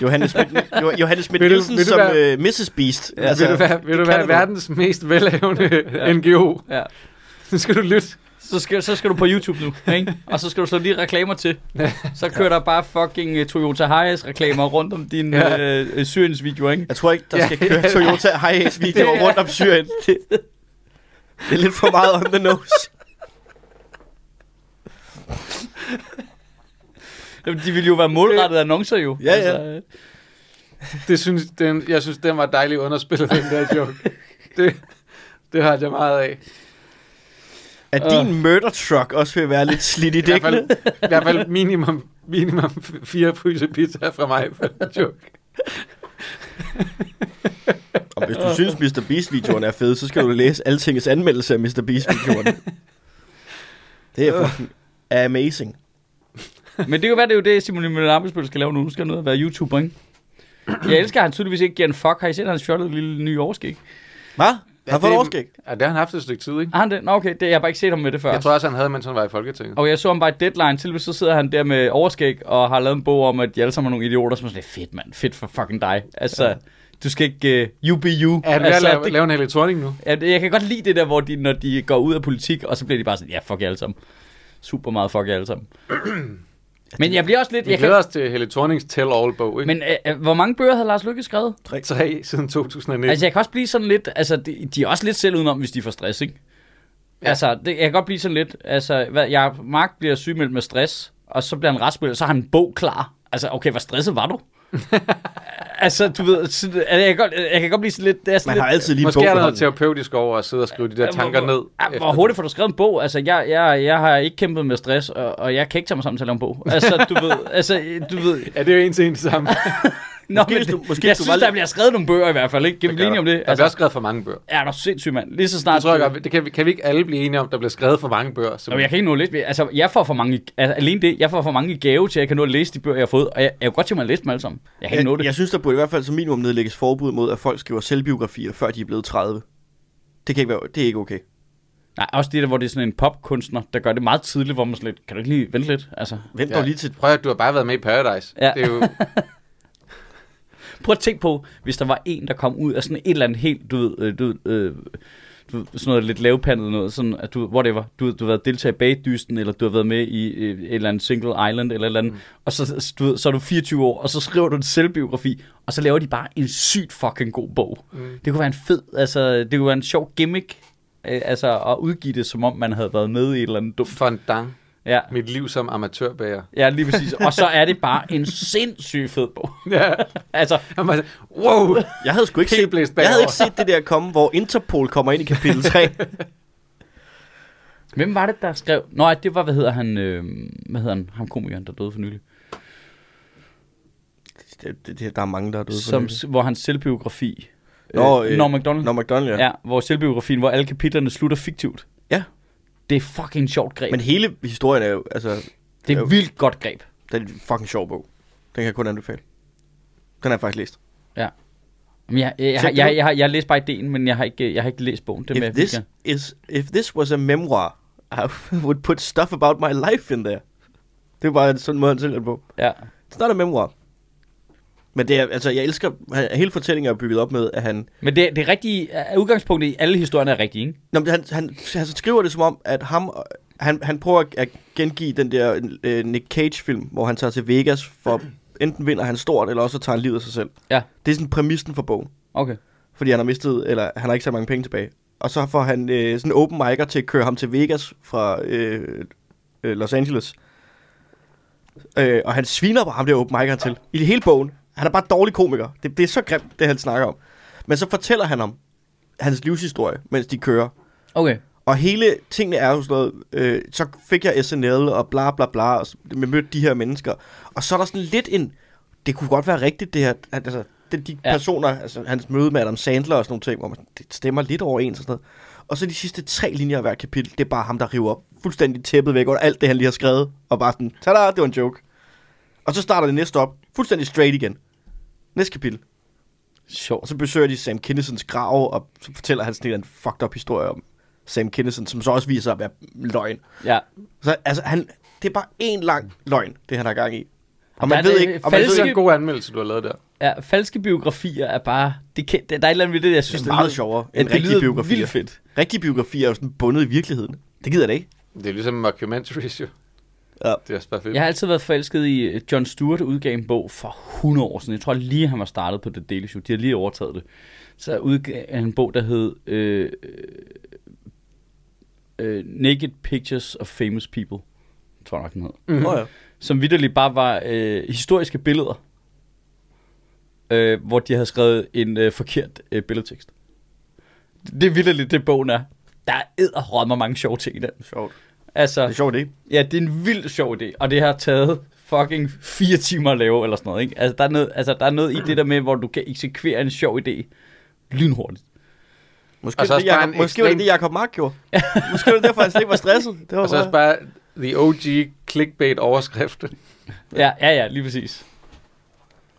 Johannes Schmidt, Jo- Johannes Schmidt
Vil du-
Nielsen
vil du
som
være-
øh, Mrs. Beast. Ja,
vil du være, vil du
det
være
kan du.
verdens mest velavende
Ja.
NGO?
Ja.
Så skal du lytte.
Så skal, så skal du på YouTube nu, ikke? Og så skal du slå lige reklamer til. Så kører der bare fucking uh, Toyota Hiace reklamer rundt om din
Ja.
ja. uh, Syriens video, ikke?
Jeg tror ikke, der
Ja,
skal køre
ja.
Toyota Hiace videoer rundt om Syrien. Det, Det er lidt for meget on the nose.
Jamen, de ville jo være målrettede annoncer jo.
Ja, ja.
øh,
Det synes, den, jeg synes, den var dejligt underspillet, den der joke. Det, det har jeg meget af.
Er din murder truck også ved at være lidt slidt i
Altså, øh. I hvert fald,
dækkene?
i hvert fald minimum, minimum fire fryser pizza fra mig for den joke.
Og hvis du synes, Mr. Beast-videoen er fed, så skal du læse altingets anmeldelse af Mr. Beast-videoen. Det
Øh.
er fucking amazing.
Men det kan jo være, det er jo det, Simon Emil Amesbøl skal lave nu. Nu skal han ud og være YouTuber, ikke? Jeg elsker, at han tydeligvis ikke giver en fuck. Har I set hans fjollede lille nye årskæg?
Hvad? Har du fået
det-
overskæg?
Ja, det har han haft et stykke tid, ikke?
Har han det? Nå, okay. Det, jeg har bare ikke set ham med det før.
Jeg tror også, han havde, mens han var i Folketinget.
Og jeg så ham bare i deadline, til så sidder han der med overskæg og har lavet en bog om, at I alle sammen er nogle idioter, som er sådan, fedt mand, fedt for fucking dig. Altså, ja. du skal ikke, uh, you be you.
Er han ved at
altså,
lave, lave en Helle Thorning nu?
det, at, jeg kan godt lide det der, hvor de, når de går ud af politik, og så bliver de bare sådan, ja, fuck jer alle sammen. Super meget fuck jer alle sammen. Men jeg bliver også lidt...
Vi
Jeg
glæder
kan,
os til Helle Thornings tell-all-bog, ikke?
men øh, øh, hvor mange bøger havde Lars Lykke skrevet?
Men... Tre siden 2019.
Altså, jeg kan også blive sådan lidt... Altså, de, de er også lidt selv udenom, hvis de får stress, ikke? Ja.
Ja.
Altså, det, jeg kan godt blive sådan lidt... Altså, hvad, jeg, Mark bliver sygemeldt med stress, og så bliver han raskmeldt, og så har han en bog klar. Altså, okay, hvor stresset var du? altså, du ved... Så, altså, jeg, kan godt, jeg kan godt blive sådan lidt... Det er sådan
Man har
lidt
altid lige en
Måske
bog
er
på
der noget
hånden.
terapeutisk over at sidde og skrive de der tanker
hvor,
ned.
Ja, hvor
efter.
hurtigt får du skrevet en bog? Altså, jeg, jeg, jeg har ikke kæmpet med stress, og, og jeg kan ikke tage mig sammen til at lave en bog. Altså, du ved... Altså, du ved...
Ja, det er jo en til en sammen.
Nå,
Måske
men
hvis du-
det-
måske
jeg
hvis du
synes,
var-
der bliver skrevet nogle bøger i hvert fald, ikke? Kan vi blive enige om det? altså.
Der bliver også skrevet for mange bøger.
Ja, du er sindssyg, mand. Lige så snart...
Jeg tror,
du-
jeg, godt, det kan, vi- kan vi ikke alle blive enige om, der bliver skrevet for mange bøger? Så
Nå, men jeg kan ikke nå at læse mere. Altså, jeg får for mange, altså, alene det, jeg får for mange i gave til, at jeg kan nå at læse de bøger, jeg har fået. Og jeg, jeg er jo godt til mig at læse dem alle sammen. Jeg kan ikke nå
Jeg,
det.
jeg synes, der burde i hvert fald som minimum nedlægges forbud mod, at folk skriver selvbiografier, før de er blevet 30. Det, kan ikke være, det er ikke okay.
Nej, også det der, hvor det er sådan en popkunstner, der gør det meget tidligt, hvor man sådan lidt, kan du ikke lige vente lidt? Altså,
Vent
Ja.
dog lige til...
Prøv at du har bare været med i Paradise.
Ja.
Det er jo,
prøv at tænke på, hvis der var en, der kom ud af sådan et eller andet helt, du ved, øh, du, ved, øh, du ved, sådan noget lidt lavpandet noget, sådan at du, whatever, du, ved, du har været deltager i bagdysten, eller du har været med i øh, et eller andet single island, eller et eller andet, mm. og så, du ved, så er du 24 år, og så skriver du en selvbiografi, og så laver de bare en sygt fucking god bog. Mm. Det kunne være en fed, altså, det kunne være en sjov gimmick, øh, altså at udgive det, som om man havde været med i et eller andet dumt.
fondant.
Ja.
Mit liv som amatørbager.
Ja, lige præcis. Og så er det bare en sindssyg fed bog.
Ja.
Altså,
Han var sådan, wow,
Jeg havde sgu ikke
Helt
set,
blæst
jeg havde
bagover.
ikke set det der komme, hvor Interpol kommer ind i kapitel 3.
Hvem var det, der skrev? Nå, ej, det var, hvad hedder han, øh, hvad hedder han, ham komikeren, der døde for nylig.
det, det, det, der er mange, der er døde. for
Som,
nylig.
hvor hans selvbiografi,
Nå,
øh,
øh,
Norm MacDonald,
Nå, McDonald, ja.
ja. ja. hvor selvbiografien, hvor alle kapitlerne slutter fiktivt.
ja.
Det er fucking sjovt greb.
Men
Men,
hele historien er jo... Altså,
det er
jo-
et vildt godt greb.
den er en fucking sjov bog. Den kan jeg kun anbefale. Den har jeg faktisk læst.
Men jeg, jeg, jeg,
Tjek
jeg,
det ud.
jeg, jeg, har- jeg læste bare ideen, men jeg har ikke, jeg har ikke læst bogen. Det
If
med,
this,
jeg-
is, if this was a memoir, I would put stuff about my life in there. Det er bare en sådan måde, han sælger det på.
ja.
It's not a memoir. Men det er, altså, jeg elsker, han- hele fortællingen er bygget op med, at han,
Men det, det rigtige, øh, udgangspunktet i alle historierne er rigtigt, ikke?
Nå, men han, han, han skriver det som om, at ham, han, han prøver at- at gengive den der øh, Nick Cage-film, hvor han tager til Vegas for, enten vinder han stort, eller også så tager han livet af sig selv.
Ja,
Det er sådan præmissen for bogen,
okay.
fordi han har mistet, eller han har ikke så mange penge tilbage. Og så får han øh, sådan en open micer til at køre ham til Vegas fra øh, øh, Los Angeles. Øh, og han sviner på ham der open mic'eren til. I hele bogen. Han er bare dårlig komiker. Det, det er så grimt, det han snakker om. Men så fortæller han om hans livshistorie, mens de kører.
Okay.
Og hele tingene er jo sådan noget, øh, så fik jeg SNL og bla bla bla, og så- jeg mødte de her mennesker. Og så er der sådan lidt en, det kunne godt være rigtigt det her, at, altså, det, de
Ja.
ja. personer, altså hans møde med Adam Sandler og sådan nogle ting, hvor man, det stemmer lidt overens og sådan noget. Og så de sidste tre linjer af hver kapitel, det er bare ham, der river op fuldstændig tæppet væk under alt det, han lige har skrevet. Og bare sådan, tada, det var en joke. Og så starter det næste op, fuldstændig straight igen. Næste kapitel. Og
Sjovt.
så besøger de Sam Kinnisons grav, og så fortæller han sådan en eller anden fucked up historie om Sam Kinnison, som så også viser sig at være løgn.
Ja.
Så altså, han, det er bare en lang løgn, det han har gang i. Og
der er
man ved
det
ikke, og man
det er
falske-
ved
sådan
ikke,
en god anmeldelse, du har lavet der.
ja. Falske biografier er bare... Det kan, der er et eller andet ved det, jeg synes,
det er meget
lyder-
sjovere
Ja,
end
det lyder
rigtige biografier.
vildt fedt.
Rigtige biografier er jo sådan bundet i virkeligheden. Det gider det ikke.
Det er ligesom mockumentaries jo.
Ja.
Det er også bare fedt.
Jeg har altid været forelsket i øh, John Stewart udgav en bog for 100 år siden. Jeg tror lige, han var startet på The Daily Show. De har lige overtaget det. Så udgav han en bog, der hed øh, øh, Naked Pictures of Famous People, tror jeg nok, den hed.
Mm. Oh, ja.
som vidderligt bare var øh, historiske billeder, øh, hvor de havde skrevet en øh, forkert øh, billedtekst. Det er vidderligt, det bogen er. Der er edderrømme mange sjove ting i den.
Sjovt. Det
Altså,
er sjovt, ikke?
ja, det er en vild sjov idé, og det har taget fucking fire timer at lave, eller sådan noget, ikke? Altså, der er noget, altså, der er noget i det der med, hvor du kan eksekvere en sjov idé lynhurtigt.
Måske,
Og så
altså, det,
også bare
Jacob,
en
måske var det
ekstrem-
det, Jacob Mark gjorde. måske var det derfor, han slet ikke var stresset. Det var
Og så
bare...
også bare the OG clickbait overskrift.
Ja, ja, ja, lige præcis.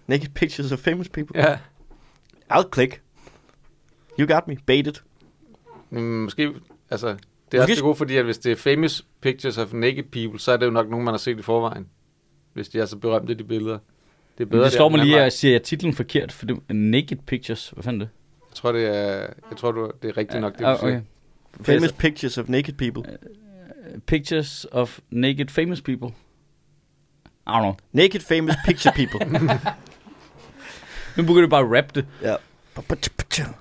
Naked pictures of famous people.
ja.
I'll click. You got me. Baited.
Mm, Måske, altså, det er
Måske-
også godt, fordi at hvis det er famous pictures of naked people, så er det jo nok nogen, man har set i forvejen. Hvis de er så berømte, de billeder. Det er
Men
bedre.
det
der,
slår
den
mig
anden
lige,
vej.
at jeg siger titlen forkert, for det er Naked Pictures. Hvad fanden er det?
Jeg tror, det er, jeg tror, du, det er rigtigt nok, det du
Ah,
siger.
Famous pictures of naked people.
Pictures of naked famous people. I don't know.
Naked famous picture people.
Nu begynder du bare at rappe det.
ja.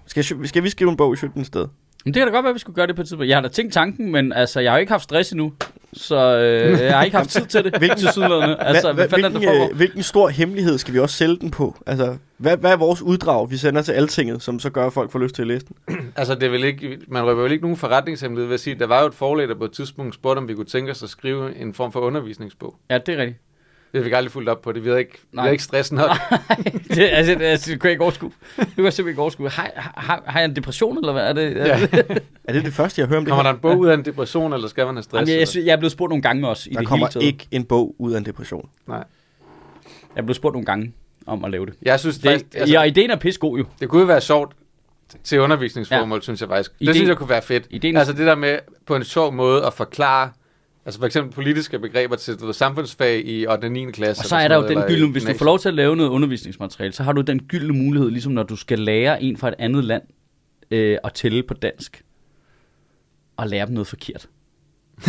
Skal, jeg- skal vi skrive en bog i slutten sted?
Men det kan da godt være, at vi skulle gøre det på et tidspunkt. Jeg har da tænkt tanken, men altså, jeg har jo ikke haft stress endnu. Så øh, jeg har ikke haft tid til det. Hvilken tilsyneladende. Altså, hvad, fanden er det, der
hvilken,
foregår?
øh, hvilken stor hemmelighed skal vi også sælge den på? Altså, hvad, hvad er vores uddrag, vi sender til altinget, som så gør, at folk får lyst til at læse den?
Altså, det er vel ikke, man røber vel ikke nogen forretningshemmelighed ved at sige, der var jo et forlag, der på et tidspunkt spurgte, om vi kunne tænke os at skrive en form for undervisningsbog.
Ja, det er rigtigt.
Det fik aldrig fuldt op på det. Vi havde ikke, vi
Nej.
havde ikke stress nok.
Det, altså, det, altså, det kunne jeg ikke overskue. Det kunne jeg simpelthen ikke overskue. Har, har, har jeg en depression, eller hvad er det? Ja.
Er det det første, jeg hører om det
Kommer
her?
der en bog ud af en depression, eller skal man have stress?
Jamen, jeg, jeg,
eller?
synes- jeg er blevet spurgt nogle gange også i det
Der
hele
kommer
taget.
ikke en bog ud af en depression.
Nej.
Jeg er blevet spurgt nogle gange om at lave det.
Jeg synes
det
faktisk, altså,
ja, ideen er pissegod jo.
det kunne jo være sjovt til undervisningsformål, ja. synes jeg faktisk. Det
Idé-
synes jeg kunne være fedt.
Ideen-
Altså det der med på en sjov måde at forklare, altså for eksempel politiske begreber til du ved, samfundsfag i 8. og 9. klasse.
Og så
eller
er
sådan
der jo
noget,
den
eller i
gyldne, hvis du
gymnasiet.
får lov til at lave noget undervisningsmateriale, så har du den gyldne mulighed, ligesom når du skal lære en fra et andet land øh, at tælle på dansk, og lære dem noget forkert.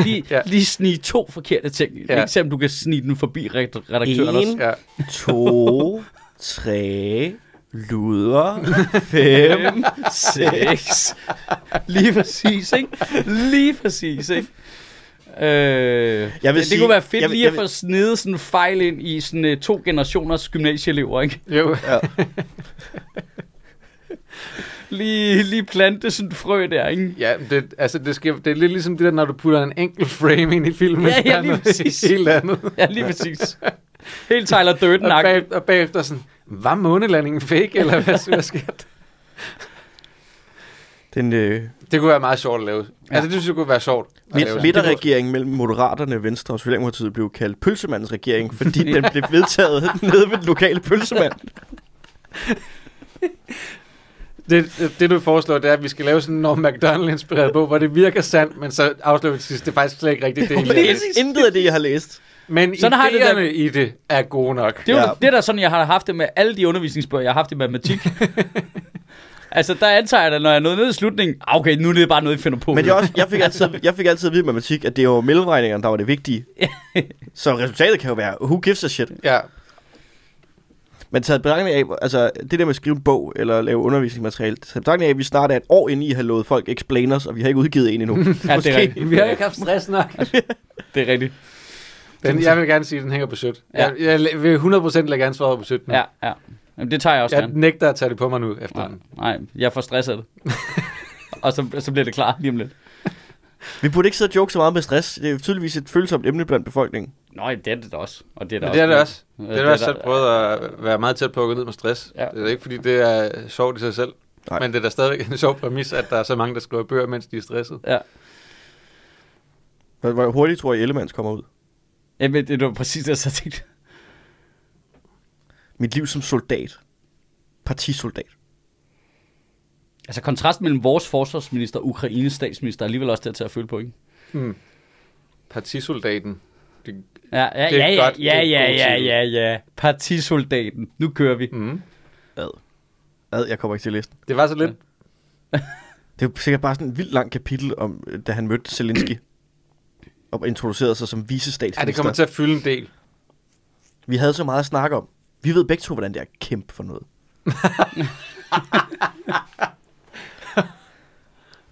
Lige, ja.
Ja.
lige snige to forkerte ting. Ja.
Ja.
Ikke se, om du kan snige den forbi rekt- redaktøren
En.
også.
Ja.
To, tre, luder, fem.
6. Lige præcis, ikke? Lige præcis, ikke? Øh, jeg vil det, det
sige-
kunne være fedt
jeg
jeg
vil-
lige
jeg
at
vil-
få snedet sådan en fejl ind i sådan uh, to generationers gymnasieelever, ikke?
Jo,
Lige, lige plante sådan et frø der, ikke?
ja men det, altså det, skal, det er lidt ligesom det der, når du putter en enkelt frame ind i filmen.
Ja, ja,
der er
lige
noget
præcis.
Helt andet.
Ja, lige præcis. Helt Tyler durden
Og,
-agtigt.
bag, og bagefter sådan, var månelandingen fake, eller hvad, hvad sker der?
Den øh,
Det kunne være meget sjovt at lave. Ja. Altså det synes jeg kunne være sjovt at lave. sådan.
midterregeringen mellem Moderaterne, Venstre og Socialdemokratiet blev kaldt pølsemandens regering, fordi den blev vedtaget nede ved den lokale pølsemand.
Det, det, det, du foreslår, det er, at vi skal lave sådan en Norm MacDonald-inspireret bog, hvor det virker sandt, men så afslører vi til sidst, det er faktisk slet ikke rigtigt, det, det er
Præcis.
Intet af det, jeg har læst.
Men
Sådan har jeg det der
idéerne det i det er gode nok.
Det er jo
Ja.
det, der er sådan, jeg har haft det med alle de undervisningsbøger, jeg har haft i matematik. altså, der antager jeg da, når jeg nåede ned i slutningen, "Ah, okay, nu er det bare noget, I finder på.
Men jeg, også, jeg, fik altid, jeg fik altid at vide i matematik, at det var mellemregningerne, der var det vigtige. Så resultatet kan jo være, who gives a shit?
Ja,
Men taget i betragtning af, altså det der med at skrive en bog eller lave undervisningsmateriale, taget i betragtning af, at vi snart er et år inde i at have lovet folk explainers, og vi har ikke udgivet en endnu. ja, det
er rigtigt.
vi har ikke haft stress nok.
Det er rigtigt.
Den, jeg vil gerne sige, at den hænger på sødt.
Ja.
Ja. Jeg, jeg vil 100% lægge ansvaret over på sødt nu.
Ja, ja. Jamen, det tager jeg også
Jeg
gerne.
nægter at tage det på mig nu efter
Nej,
den.
nej, jeg får stress af det. Og så, så bliver det klar lige om lidt.
Vi burde ikke sidde og joke så meget med stress. Det er jo tydeligvis et følsomt emne blandt befolkningen.
Nå, ja, det er det da også. Og det er da
Men det er det også.
Ja,
Det er det også
da-
selv prøvet at være meget tæt på at gå ned med stress.
Ja.
Ja. Det er ikke, fordi det er sjovt i sig selv.
Nej.
Nej. Men det er da stadigvæk en sjov præmis, at der er så mange, der skriver bøger, mens de er stresset.
Ja.
Hvor- Hvor hurtigt tror jeg, Ellemanns kommer ud?
Jamen, det var præcis det, jeg så tænkte.
Mit liv som soldat. Partisoldat.
Altså, kontrasten mellem vores forsvarsminister og Ukraines statsminister er alligevel også der til at føle på, ikke?
Partisoldaten. Det,
Ja, ja,
Det er
ja, ja,
godt.
ja,
Det er
ja,
god
ja,
titel.
ja, ja. Partisoldaten. Nu kører vi.
mm.
Ad. Ad, jeg kommer ikke til at læse den.
det var så lidt.
Det er jo sikkert bare sådan et vildt langt kapitel om, øh, da han mødte Zelensky. og introducerede sig som
Ja, det
visestatsminister.
kommer til at fylde en del.
Vi havde så meget at snakke om. Vi ved begge to, hvordan det er at kæmpe for noget.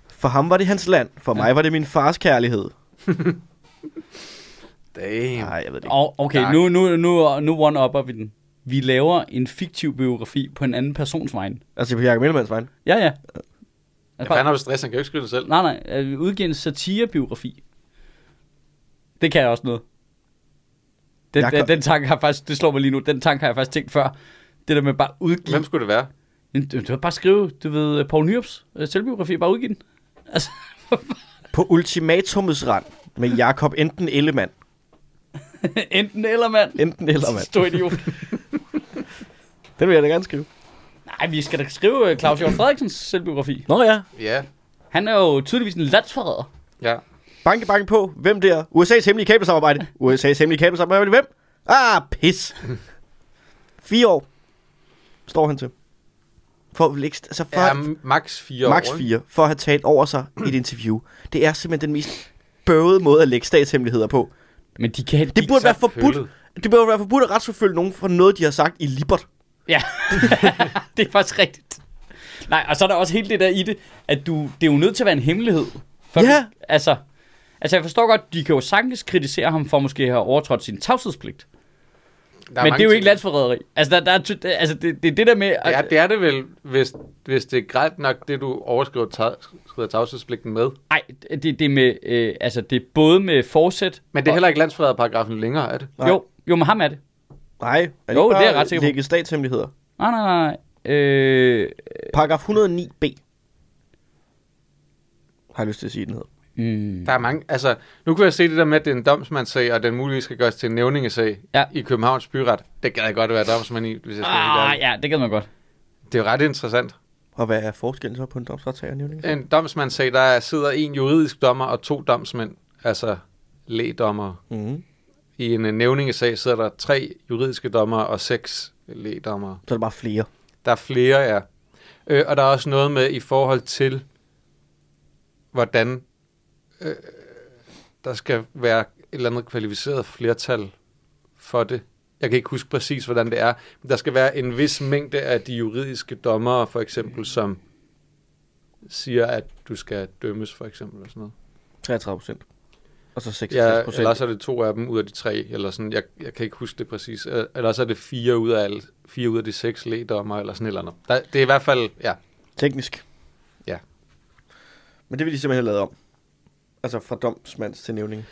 For ham var det hans land, for mig var det min fars kærlighed.
Damn.
Nej, jeg ved det ikke.
Og, okay,
Tak.
nu, nu, nu, nu one-upper vi den. Vi laver en fiktiv biografi på en anden persons vegne.
Altså på Jacob Ellemanns vejen.
Ja, ja. Altså,
Hvad fanden
bare,
har du stress? Han kan jo ikke skrive det selv.
nej, nej. øh, Vi udgiver en satirebiografi. Det kan jeg også noget. Den,
Jeg
den,
kan-
den tanke har faktisk, det slår mig lige nu, den tanke har jeg faktisk tænkt før. Det der med bare udgive.
Hvem skulle det være?
Jamen, Du, du kan bare skrive, du ved, Paul Nyrups øh, selvbiografi, bare udgive den. Altså,
På ultimatumets rand med Jakob enten Ellemann.
enten eller mand.
Enten Ellemann.
Stor idiot.
Den vil jeg da gerne skrive.
Nej, vi skal da skrive øh, Claus Hjort Frederiksens selvbiografi.
Nå ja.
Ja.
Han er jo tydeligvis en landsforræder.
Ja.
Banke, banke på. Hvem der? USA's hemmelige kabelsamarbejde. USA's hemmelige kabelsamarbejde. Hvem? Ah, pis. Fire år. Står han til. For, at lægge- altså for,
Ja, max 4
Max 4 for at have talt over sig i et interview. Det er simpelthen den mest bøvede måde at lægge statshemmeligheder på.
Men de kan...
Det burde
så
være forbudt.
pøllet.
Det burde være forbudt at retsforfølge nogen for noget, de har sagt i Libert.
Ja, det er faktisk rigtigt. Nej, og så er der også hele det der i det, at du, det er jo nødt til at være en hemmelighed. For
Ja.
altså, altså, jeg forstår godt, de kan jo sagtens kritisere ham for måske at have overtrådt sin tavshedspligt.
Der
Men det er
mange
jo
ting.
ikke landsforræderi. Altså, der, der er, ty- altså det, det er det der med...
Ja, det er det vel, hvis, hvis det er grelt nok, det du overskriver tav- skrider tavshedspligten med.
Nej, det, det er med... Øh, altså, det er både med forsæt...
Men det er heller ikke landsforræderparagrafen længere, er det?
og, jo, jo, men ham er det.
Nej, er
Jo,
ikke
det er jeg
bare
ret sikker på.
Lægge statshemmeligheder.
Nej, nej, nej. Øh,
Paragraf 109b. Har jeg lyst til at sige, den hedder.
mm,
Der er mange, altså, nu kan jeg se det der med, at det er en domsmandssag, og den muligvis skal gøres til en nævningesag
Ja.
ja. i Københavns Byret. Det gad jeg godt være domsmand i, hvis jeg skal være
ah,
helt ærlig.
ja, det kan man godt.
Det er jo ret interessant.
Og hvad er forskellen så på en domsretssag og en nævning?
En domsmandssag, der sidder en juridisk dommer og to domsmænd, altså lægdommer.
Mm.
I en øh, nævningesag sidder der tre juridiske dommer og seks lægdommer.
Så er der bare flere.
Der er flere, ja. Øh, og der er også noget med i forhold til, hvordan øh, der skal være et eller andet kvalificeret flertal for det. Jeg kan ikke huske præcis, hvordan det er. Men der skal være en vis mængde af de juridiske dommere, for eksempel, som siger, at du skal dømmes, for eksempel. Og sådan noget.
33 procent. Og så 66
Ja,
procent.
ellers er det to af dem ud af de tre, eller sådan, jeg, jeg kan ikke huske det præcis. Øh, Ellers er det fire ud af, alle, fire ud af de seks lægdommer, eller sådan et eller andet. Der, det er i hvert fald, ja,
Teknisk.
Ja.
Men det vil de simpelthen have lavet om. Altså fra domsmands til nævning.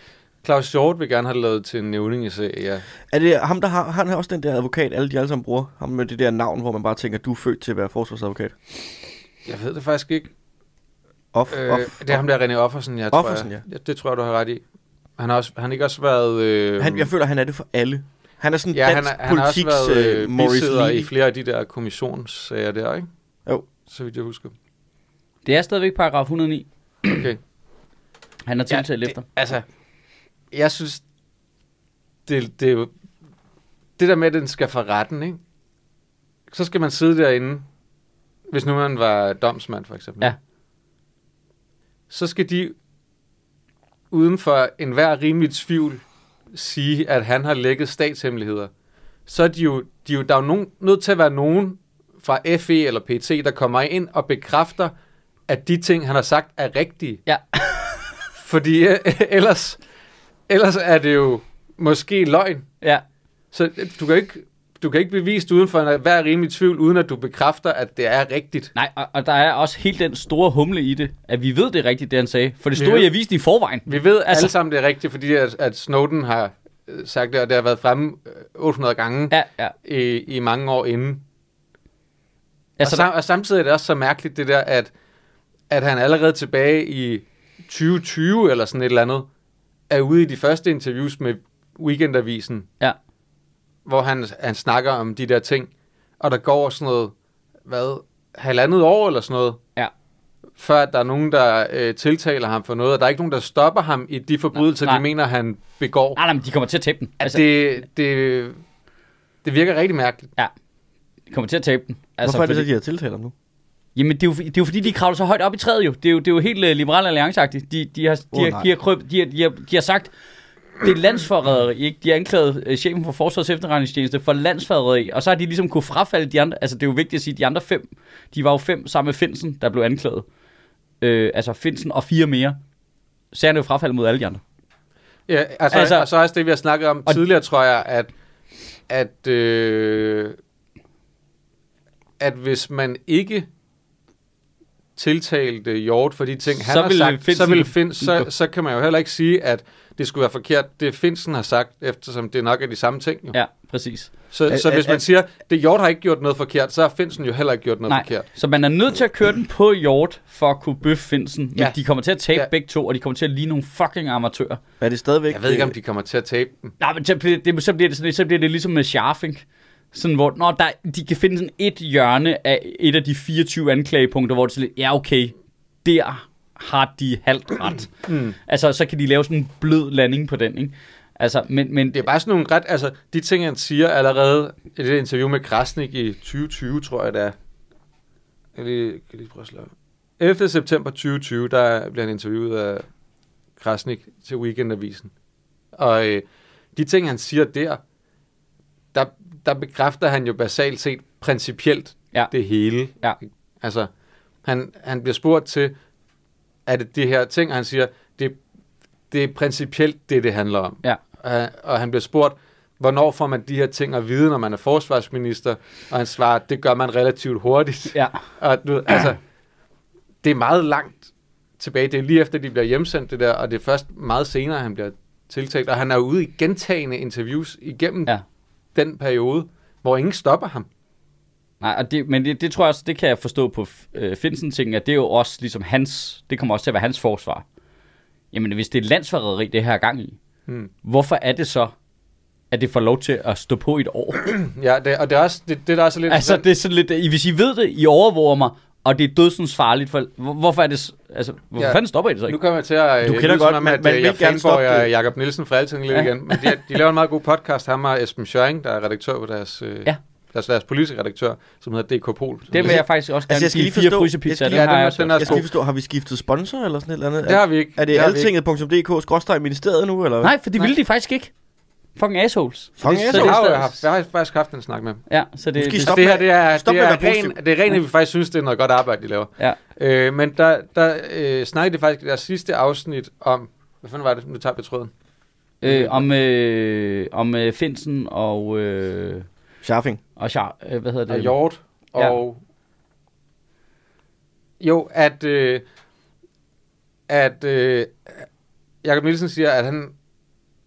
Claus Hjort vil gerne have det lavet til en nævningesag, ja.
Er det ham, der har, han har også den der advokat, alle de alle sammen bruger? Ham med det der navn, hvor man bare tænker, du er født til at være forsvarsadvokat.
Jeg ved det faktisk ikke.
Off,
Øh,
øh, off,
det er ham der, René Offersen, jeg
Offersen,
tror
ja.
jeg. Ja, det tror jeg, du har ret i. Han har, også, han har ikke også været... Øh,
Han, jeg føler, han er det for alle. Han er sådan
ja, han,
ja, dansk
har- han har også
politiks
været
øh, Maurice
bisidder
Lee.
i flere af de der kommissionssager der, ikke?
Jo.
Så vidt jeg husker.
Det er stadigvæk paragraf 109.
Okay.
Han er tiltalt ja, efter.
Det, altså, jeg synes, det, det er jo... Det der med, at den skal for retten, ikke? Så skal man sidde derinde, hvis nu man var domsmand, for eksempel.
Ja.
Så skal de uden for enhver rimelig tvivl sige, at han har lækket statshemmeligheder. Så er de jo, de er jo, der er jo nogen, nødt til at være nogen fra FE eller PT, der kommer ind og bekræfter, at de ting, han har sagt, er rigtige.
Ja.
Fordi øh, ellers, ellers er det jo måske løgn.
Ja,
Så øh, du kan ikke, du kan ikke bevise det uden for en- hver rimelig tvivl, uden at du bekræfter, at det er rigtigt.
nej, og, og der er også helt den store humle i det, at vi ved det er rigtigt, det han sagde. For det stod i
Ja.
avisen i forvejen.
Vi ved altså,
Altså-
alle sammen, det er rigtigt, fordi at, at Snowden har øh, sagt det, og det har været fremme øh, 800 gange
Ja, ja.
i, i mange år inden.
Altså,
Altså, og, sam, og samtidig er det også så mærkeligt det der, at, at han allerede tilbage i 2020 eller sådan et eller andet, er ude i de første interviews med Weekendavisen,
Ja.
hvor han, han snakker om de der ting, og der går sådan noget, hvad, halvandet år eller sådan noget,
Ja.
før at der er nogen, der øh, tiltaler ham for noget, og der er ikke nogen, der stopper ham i de forbrydelser,
Nej, nej.
de mener, han begår.
nej, nej, men de kommer til at tabe den. Altså,
Altså, det, det, det virker rigtig mærkeligt.
de kommer til at tabe den. Altså,
Hvorfor er det så,
fordi,
de har tiltalt ham nu?
Jamen, det er, jo, det er jo fordi, de kravler så højt op i træet jo. Det er jo, det er jo helt uh, liberal allianceagtigt. De, de, har, de,
Åh,
har,
nej.
de, har, krøb, de, har, de, har, de har sagt, det er landsforræderi, ikke? De har anklaget øh, chefen for Forsvarets efterretningstjeneste for landsforræderi, og så har de ligesom kunne frafalde de andre, altså det er jo vigtigt at sige, de andre fem, de var jo fem sammen med Finsen, der blev anklaget. øh, altså Finsen og fire mere, så er han jo frafaldet mod alle de andre.
Ja, altså,
Altså-
altså, og så også det, vi har snakket om
Og-
tidligere, tror jeg, at, at, øh, at hvis man ikke tiltalte Hjort for de ting, han
Så
har
ville
sagt, så,
Findsen-
ville Find, så, så kan man jo heller ikke sige, at det skulle være forkert, det Finsen har sagt, eftersom det nok er de samme ting. Jo.
Ja, præcis.
Så,
Al-
så
al-
hvis man
al-
siger, at Hjort har ikke gjort noget forkert, så har Finsen jo heller ikke gjort noget
Nej,
forkert.
så man er nødt til at køre den på Hjort for at kunne bøffe Finsen. Men ja.
Ja.
de kommer til at tabe ja.
Ja.
begge to, og de kommer til at ligne nogle fucking amatører.
Er det stadigvæk... øh,
Jeg ved ikke, om de kommer til at tabe den.
Nej, men så bliver det, så bliver det, sådan, så bliver det ligesom med Scharfing. Sådan, hvor når der, de kan finde sådan et hjørne af et af de 24 anklagepunkter, hvor det er sådan lidt, ja okay, der har de halvt ret. Mm. Altså, så kan de lave sådan en blød landing på den, ikke? Altså, men, men
Det er bare sådan nogle ret, altså de ting, han siger allerede i det interview med Krasnik i 2020, tror jeg det er. Jeg lige, kan lige prøve at slå op. 11. september 2020, der bliver han interviewet af Krasnik til Weekendavisen. Og øh, de ting, han siger der, der, der bekræfter han jo basalt set principielt
Ja.
det hele.
Ja.
Altså, han, han bliver spurgt til, er det de her ting, og han siger, det, det er principielt det, det handler om.
Ja.
Og, og han bliver spurgt, hvornår får man de her ting at vide, når man er forsvarsminister, og han svarer, det gør man relativt hurtigt.
ja,
Og du ved, altså, det er meget langt tilbage. Det er lige efter, de bliver hjemsendt det der, og det er først meget senere, han bliver tiltalt. Og han er ude i gentagende interviews igennem
Ja.
ja. den periode, hvor ingen stopper ham.
nej, og det, men det, det, tror jeg også, det kan jeg forstå på øh, Finsen ting, at det er jo også ligesom hans, det kommer også til at være hans forsvar. Jamen, hvis det er landsforræderi, det her er gang i,
Hmm.
hvorfor er det så, at det får lov til at stå på i et år?
Ja, det, og det er også, det, det er der også er lidt...
Altså, det er sådan lidt, I- hvis I ved det, I overvåger mig, og det er dødsens farligt, for hvor- hvorfor er det, s- altså, hvorfor ja.
Ja.
fanden stopper I det så
Nu
ikke?
kommer jeg til at øh,
Du kender
lyde,
godt,
som om,
man-
at,
man
øh,
vil
jeg
gerne stoppe
fanboyer
det.
Jakob Nielsen fra Alting lidt
Ja.
igen. Men de, de laver en meget god podcast, ham og Esben Schøring, der er redaktør på deres, øh,
Ja.
ja. deres, deres politiske redaktør, som hedder DK Pol.
Det vil jeg faktisk også gerne
Altså, jeg skal
give
lige
fire
forstå- jeg
frysepizzaer,
skal
den
lige- ja,
har
den
jeg
er-
også.
den
hørt.
er-
Jeg skal lige forstå, har vi skiftet sponsor eller sådan et eller andet?
Det har vi ikke.
Er det
har vi ikke.
altinget.dk-nu, eller hvad?
Nej, for det ville de faktisk ikke. Fucking assholes.
Fucking
Det- så
Det, det
det er
har jeg,
stadig-
haft, jeg har faktisk haft en snak med dem.
Ja, så det,
Nu skal I
det,
stoppe
det her, det er,
Stop
det
med at
er
være
ren,
positiv.
det er ren, at vi faktisk synes, det er noget godt arbejde, de laver.
Ja.
Øh, men der, der øh, snakkede de faktisk i deres sidste afsnit om, hvad fanden var det? Nu tager jeg tråden.
øh, om, øh, om øh, Finsen og, øh,
Schaffing.
og Char, øh, hvad hedder
og
det?
Hjort,
Ja.
og jo, at øh, at øh, Jakob Nielsen siger, at han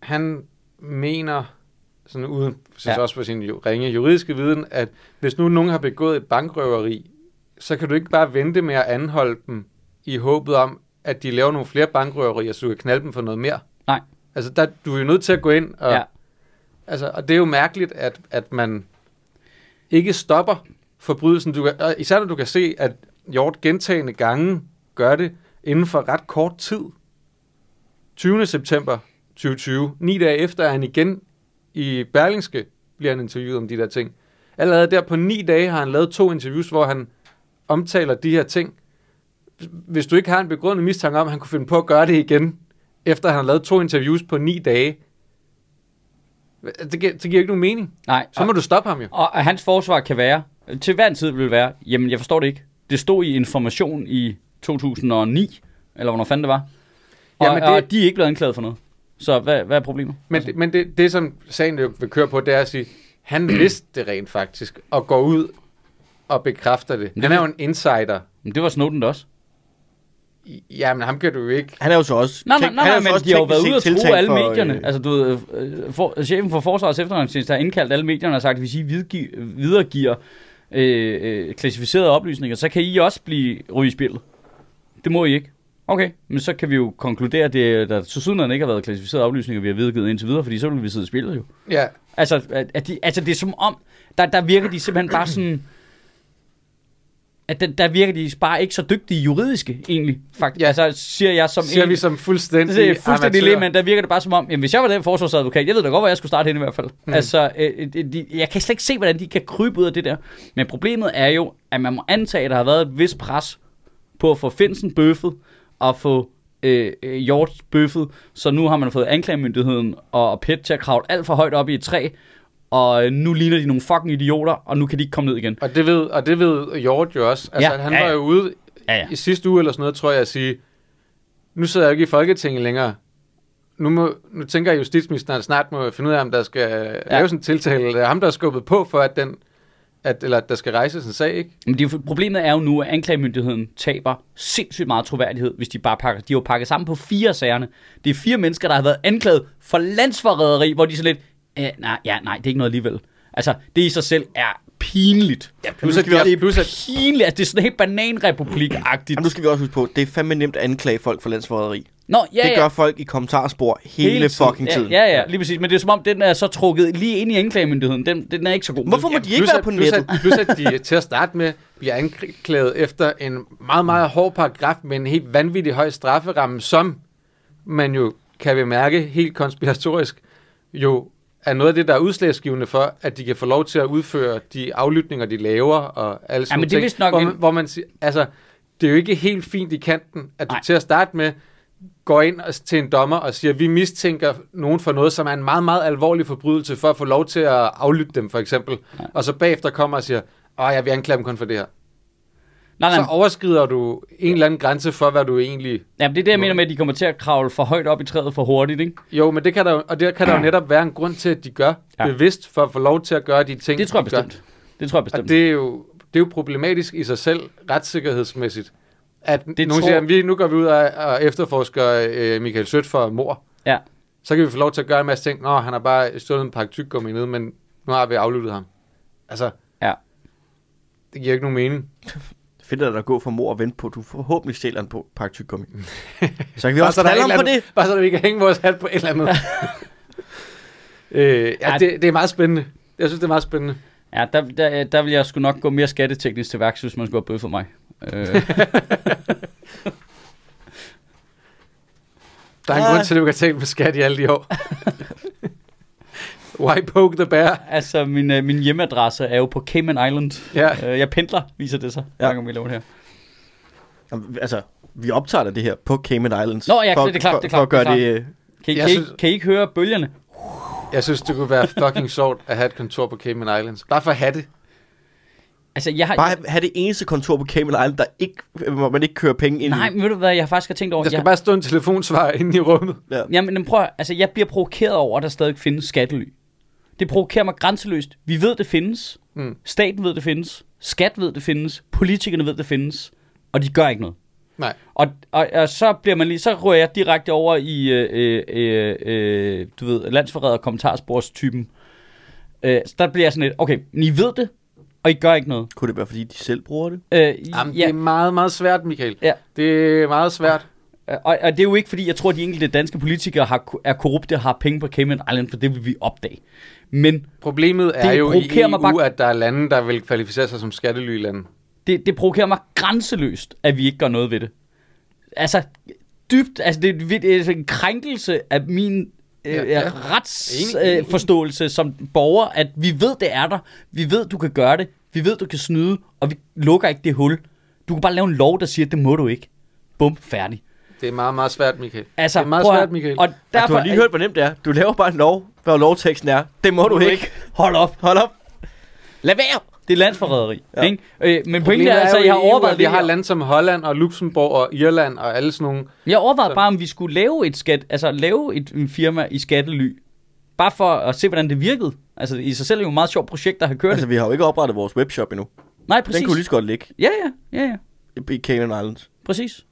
han mener sådan uden synes
Ja.
ja. også på sin ju- ringe juridiske viden, at hvis nu nogen har begået et bankrøveri, så kan du ikke bare vente med at anholde dem i håbet om, at de laver nogle flere bankrøverier, så du kan knalde dem for noget mere.
Nej.
Altså, der, du er jo nødt til at gå ind og,
Ja.
Altså, og det er jo mærkeligt, at, at man ikke stopper forbrydelsen. Du kan, og især når du kan se, at Hjort gentagende gange gør det inden for ret kort tid. 20. september 2020, ni dage efter, er han igen i Berlingske, bliver han interviewet om de der ting. Allerede der på ni dage har han lavet to interviews, hvor han omtaler de her ting. Hvis du ikke har en begrundet mistanke om, at han kunne finde på at gøre det igen, efter han har lavet to interviews på ni dage, det giver, det giver ikke nogen mening.
Nej,
Så må du stoppe ham jo.
Og, og hans forsvar kan være, til hver en tid vil være, jamen jeg forstår det ikke. Det stod i information i 2009, eller hvornår fanden det var. Og,
Jamen,
det...
det-
og de er ikke blevet anklaget for noget. Så hvad, hvad er problemet?
Men, det, men det, det, som sagen jo vil køre på, det er at sige, han vidste det rent faktisk, og går ud og bekræfter det.
Men
Han
det-
er jo en insider.
Men det var Snowden da også.
I- Jamen, ham kan du jo ikke.
Han er jo så også...
Nej, nej,
tænk- han
nej, nej
er jo så
men
også
de har jo
teknisk
været ude og
set
true
tiltænkt
alle
for, øh,
medierne. Altså, du ved, øh, for, chefen for Forsvarets Efterretningstjeneste har indkaldt alle medierne og sagt, at hvis I videgiver, videregiver øh, øh, klassificerede oplysninger, så kan I også blive ryge i spillet. Det må I ikke. Okay, men så kan vi jo konkludere, at det, der til siden ikke har været klassificerede oplysninger, vi har videregivet indtil videre, fordi så ville vi sidde i spillet jo.
Ja,
Altså, at, at de, altså det er som om, der, der virker de simpelthen bare sådan... At der, der virker de bare ikke så dygtige juridiske, egentlig, faktisk. Ja.
Ja.
Altså, siger jeg som
siger
en...
vi som fuldstændig
Det er fuldstændig
amatører.
lige, men der virker det bare som om, jamen, hvis jeg var den forsvarsadvokat, jeg ved da godt, hvor jeg skulle starte henne i hvert fald. Mm. Altså, øh, øh, de, jeg kan slet ikke se, hvordan de kan krybe ud af det der. Men problemet er jo, at man må antage, at der har været et vis pres på at få Finsen bøffet og få øh, øh, Hjort bøffet. Så nu har man fået anklagemyndigheden og PET til at kravle alt for højt op i et træ. Og øh, nu ligner de nogle fucking idioter, og nu kan de ikke komme ned igen.
Og det ved, og det ved Hjort jo også. Altså,
Ja.
ja. han
Ja,
var
ja.
jo ude
Ja, ja.
i sidste uge eller sådan noget, tror jeg, at sige, nu sidder jeg jo ikke i Folketinget længere. Nu, må, nu tænker jeg, at justitsministeren snart må finde ud af, om der skal ja. laves en tiltale. Det er ham, der har skubbet på for, at, den, at, eller, at der skal rejses en sag, ikke?
Men det, problemet er jo nu, at anklagemyndigheden taber sindssygt meget troværdighed, hvis de bare pakker. De har jo pakket sammen på fire af sagerne. Det er fire mennesker, der har været anklaget for landsforræderi, hvor de så lidt, "Øh, nej, ja, nej, det er ikke noget alligevel. Altså, det i sig selv er pinligt. Ja,
plus, at vi også- plus, at-
pinligt. Altså, det er sådan helt bananrepublik-agtigt.
Jamen, nu skal vi også huske på, det er fandme nemt at anklage folk for landsforræderi.
Nå, ja,
Det
ja.
gør folk i kommentarspor hele, hele fucking tiden.
Ja, ja, ja, lige præcis. Men det er som om, den er så trukket lige ind i anklagemyndigheden. Den, den er ikke så god.
Hvorfor må de ikke
plus,
være
at-
på
plus,
nettet?
At, plus at de til at starte med bliver anklaget efter en meget, meget hård paragraf med en helt vanvittig høj strafferamme, som man jo kan vi mærke helt konspiratorisk, jo er noget af det, der er udslagsgivende for, at de kan få lov til at udføre de aflytninger, de laver og alle
men
sådan nogle
det er
ting.
vist nok
hvor,
en-
man, hvor man siger, altså, det er jo ikke helt fint i kanten, at du
Nej.
til at starte med går ind og- til en dommer og siger, vi mistænker nogen for noget, som er en meget, meget alvorlig forbrydelse, for at få lov til at aflytte dem, for eksempel. Og så bagefter kommer og siger, åh, jeg vil anklage dem kun for det her.
Nej, nej,
Så overskrider du en eller anden grænse for, hvad du egentlig...
Jamen, det er det, jeg mener med, at de kommer til at kravle for højt op i træet for hurtigt, ikke?
Jo, men det kan der, jo- og det kan der jo netop være en grund til, at de gør
Ja.
ja. bevidst, for at få lov til at gøre de ting,
Det tror jeg
de gør.
bestemt. Det tror jeg
Og
bestemt. Det...
det er, jo, det er jo problematisk i sig selv, retssikkerhedsmæssigt. At det nogen
tror-
tror... siger, at vi, nu går vi ud og, og efterforsker øh, Michael Sødt for mor.
Ja.
Så kan vi få lov til at gøre en masse ting. Nå, han har bare stjålet en pakke tyggegummi nede, men nu har vi aflyttet ham. Altså,
Ja.
det giver ikke nogen mening.
Fedt at der gå for mor og vente på, at du forhåbentlig stjæler en på- pakke tyggegummi. Så kan vi
Bare
også
så, der er
tale
et
om
eller
på
andet,
det.
bare så, at vi kan hænge vores hat på et eller andet. øh, ja,
Ej.
det, det er meget spændende. Jeg synes, det er meget spændende.
Ja, der, der, der vil jeg sgu nok gå mere skatteteknisk til værks, hvis man skulle have bøffet mig. Øh,
Der er en
Ej.
grund til, at du ikke har talt med skat i alle de år. Why poke the bear?
altså, min, øh, min hjemmeadresse er jo på Cayman Island.
Ja.
Øh, jeg pendler, viser det sig, ja.
Ja.
gang vi laver det her.
Jamen, altså, vi optager da det her på Cayman Islands.
Nå, ja,
for,
det er klart,
for,
det er
For at
klart,
gøre
det er
det... øh,
Kan I,
Jeg
kan, synes...
synes-
I, kan I ikke høre bølgerne?
Jeg synes, det kunne være fucking sjovt at have et kontor på Cayman Islands. Bare for at have det.
Altså, jeg har...
øh, Bare have- have det eneste kontor på Cayman Island, der ikke, hvor man ikke kører penge ind
Nej,
i.
men ved du hvad, jeg har faktisk har tænkt over...
Der skal
jeg...
bare stå en telefonsvarer inde i rummet.
Ja.
Jamen, men prøv at- altså, jeg bliver provokeret over, at der stadig findes skattely. Det provokerer mig grænseløst. Vi ved, det findes. Mm.
Mm.
Staten ved, det findes. Skat ved, det findes. Politikerne ved, det findes. Og de gør ikke noget.
Nej.
Og, og, og så bliver man lige, så rører jeg direkte over i, øh, øh, øh, du ved, landsforræder kommentarsporstypen. Øh, så der bliver jeg sådan lidt, okay, men I ved det, og I gør ikke noget.
Kunne det være, fordi de selv bruger det?
Øh,
Jamen, ja.
ja,
det er meget, meget svært, Michael.
Ja.
Det er meget svært.
og, og det er jo ikke, fordi jeg tror, at de enkelte danske politikere har, er korrupte og har penge på Cayman Island, for det vil vi opdage. Men
Problemet er
Det
jo i
provokerer
EU,
mig bare-
at der er lande, der vil kvalificere sig som skattelylande.
det, det provokerer mig grænseløst, at vi ikke gør noget ved det. Altså, dybt, altså det er et vid- altså, en krænkelse af min øh,
Ja,
ja,
ja. Enig,
retsforståelse
enig.
øh, forståelse som borger, at vi ved, det er der, vi ved, du kan gøre det, vi ved, du kan snyde, og vi lukker ikke det hul. Du kan bare lave en lov, der siger, det må du ikke. Bum, færdig.
Det er meget, meget svært, Michael.
Altså,
det er meget
prøv at-
svært, Michael.
Og
Derfor,
derfor,
du har lige hørt, hvor nemt det er. Du laver bare en lov, hvad lovteksten er. Det må du ikke.
Hold op,
Hold op. Lad være.
det er landsforræderi.
Ja.
Ja. Ikke? Øh, men pointen
Problemet
er altså,
jo
at
i
jeg har
EU,
overvejet
at vi
det
har
her.
lande som Holland og Luxembourg og Irland og alle sådan nogle.
Jeg overvejede bare, om vi skulle lave et, skat, altså, lave et en firma i skattely. Bare for at se, hvordan det virkede. Altså, i sig selv er jo et meget sjovt projekt, der har kørt.
Altså,
Altså,
vi har jo ikke oprettet vores webshop endnu. Præcis.
Nej, præcis.
Den kunne lige så godt ligge
Ja, ja, ja, ja.
i Cayman Islands.
Præcis.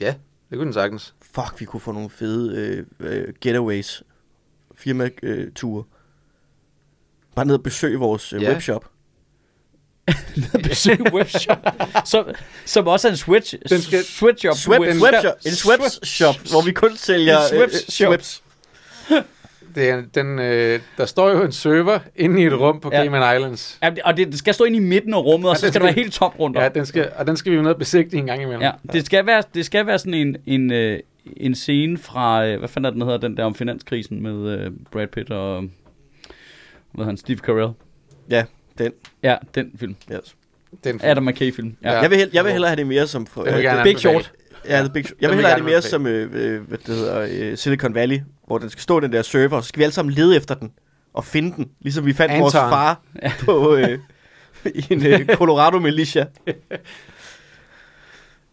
Ja, det kunne den sagtens.
Fuck, vi kunne få nogle fede øh, øh, getaways. Firma-ture. Bare ned og besøge vores øh,
Ja.
webshop.
Besøg webshop. som, som også er en switch.
Den skal-
Switch-up.
Swap,
en-
swapshop. En
swap-
swapshop, hvor vi kun sælger øh,
En swapshop.
Det er, den, øh, der står jo en server inde i et rum på
Ja.
Cayman Islands.
Ja, det- og det, det skal stå inde i midten af rummet, og
Ja,
så
den
skal der
skal-
være helt top rundt om.
Ja, den skal, og den skal vi jo ned og besigtige en gang imellem.
Ja, det skal være, det skal være sådan en, en, øh, en scene fra, øh, hvad fanden er den hedder, den der om finanskrisen med øh, Brad Pitt og, hvad hedder han, Steve Carell.
Ja, den.
Ja, den film.
Yes.
Den,
Adam McKay-film. Ja.
Ja.
ja.
Jeg, vil, hell- jeg vil hellere have Øh, det mere som... For,
den vil jeg gerne
Big
anbefale.
Short.
Ja, The Big Show. Jeg
Den
vil
vil
hellere have
jeg
det mere som
gerne
øh, øh, hvad det hedder, øh, Silicon Valley, hvor den skal stå den der server, og så skal vi alle sammen lede efter den og finde den, ligesom vi fandt vores
Anton.
far på øh, i en øh, Colorado militia.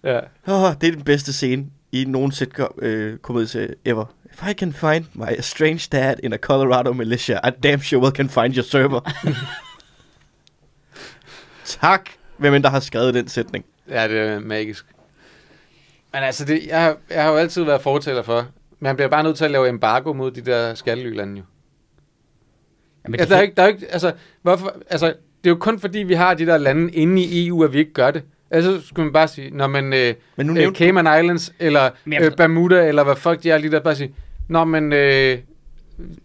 Ja.
Oh, det er den bedste scene i nogen sitcom øh, komedie ever. If I can find my strange dad in a Colorado militia, I damn sure well can find your server. tak, hvem end der har skrevet den sætning.
ja, det er magisk. Men altså, det, jeg, har- jeg har jo altid været fortaler for, man bliver bare nødt til at lave embargo mod de der skattelylande jo.
Jamen,
Ja,
de
der er
kan-
jo ikke, der er jo ikke, altså, hvorfor, altså, det er jo kun fordi, vi har de der lande inde i EU, at vi ikke gør det. Altså, så skulle man bare sige, når man, øh,
Men nu
øh,
nævnte
Cayman Islands, eller
Men jeg
øh,
forstår-
Bermuda, eller hvad fuck de er lige der, bare sige, nå, men øh,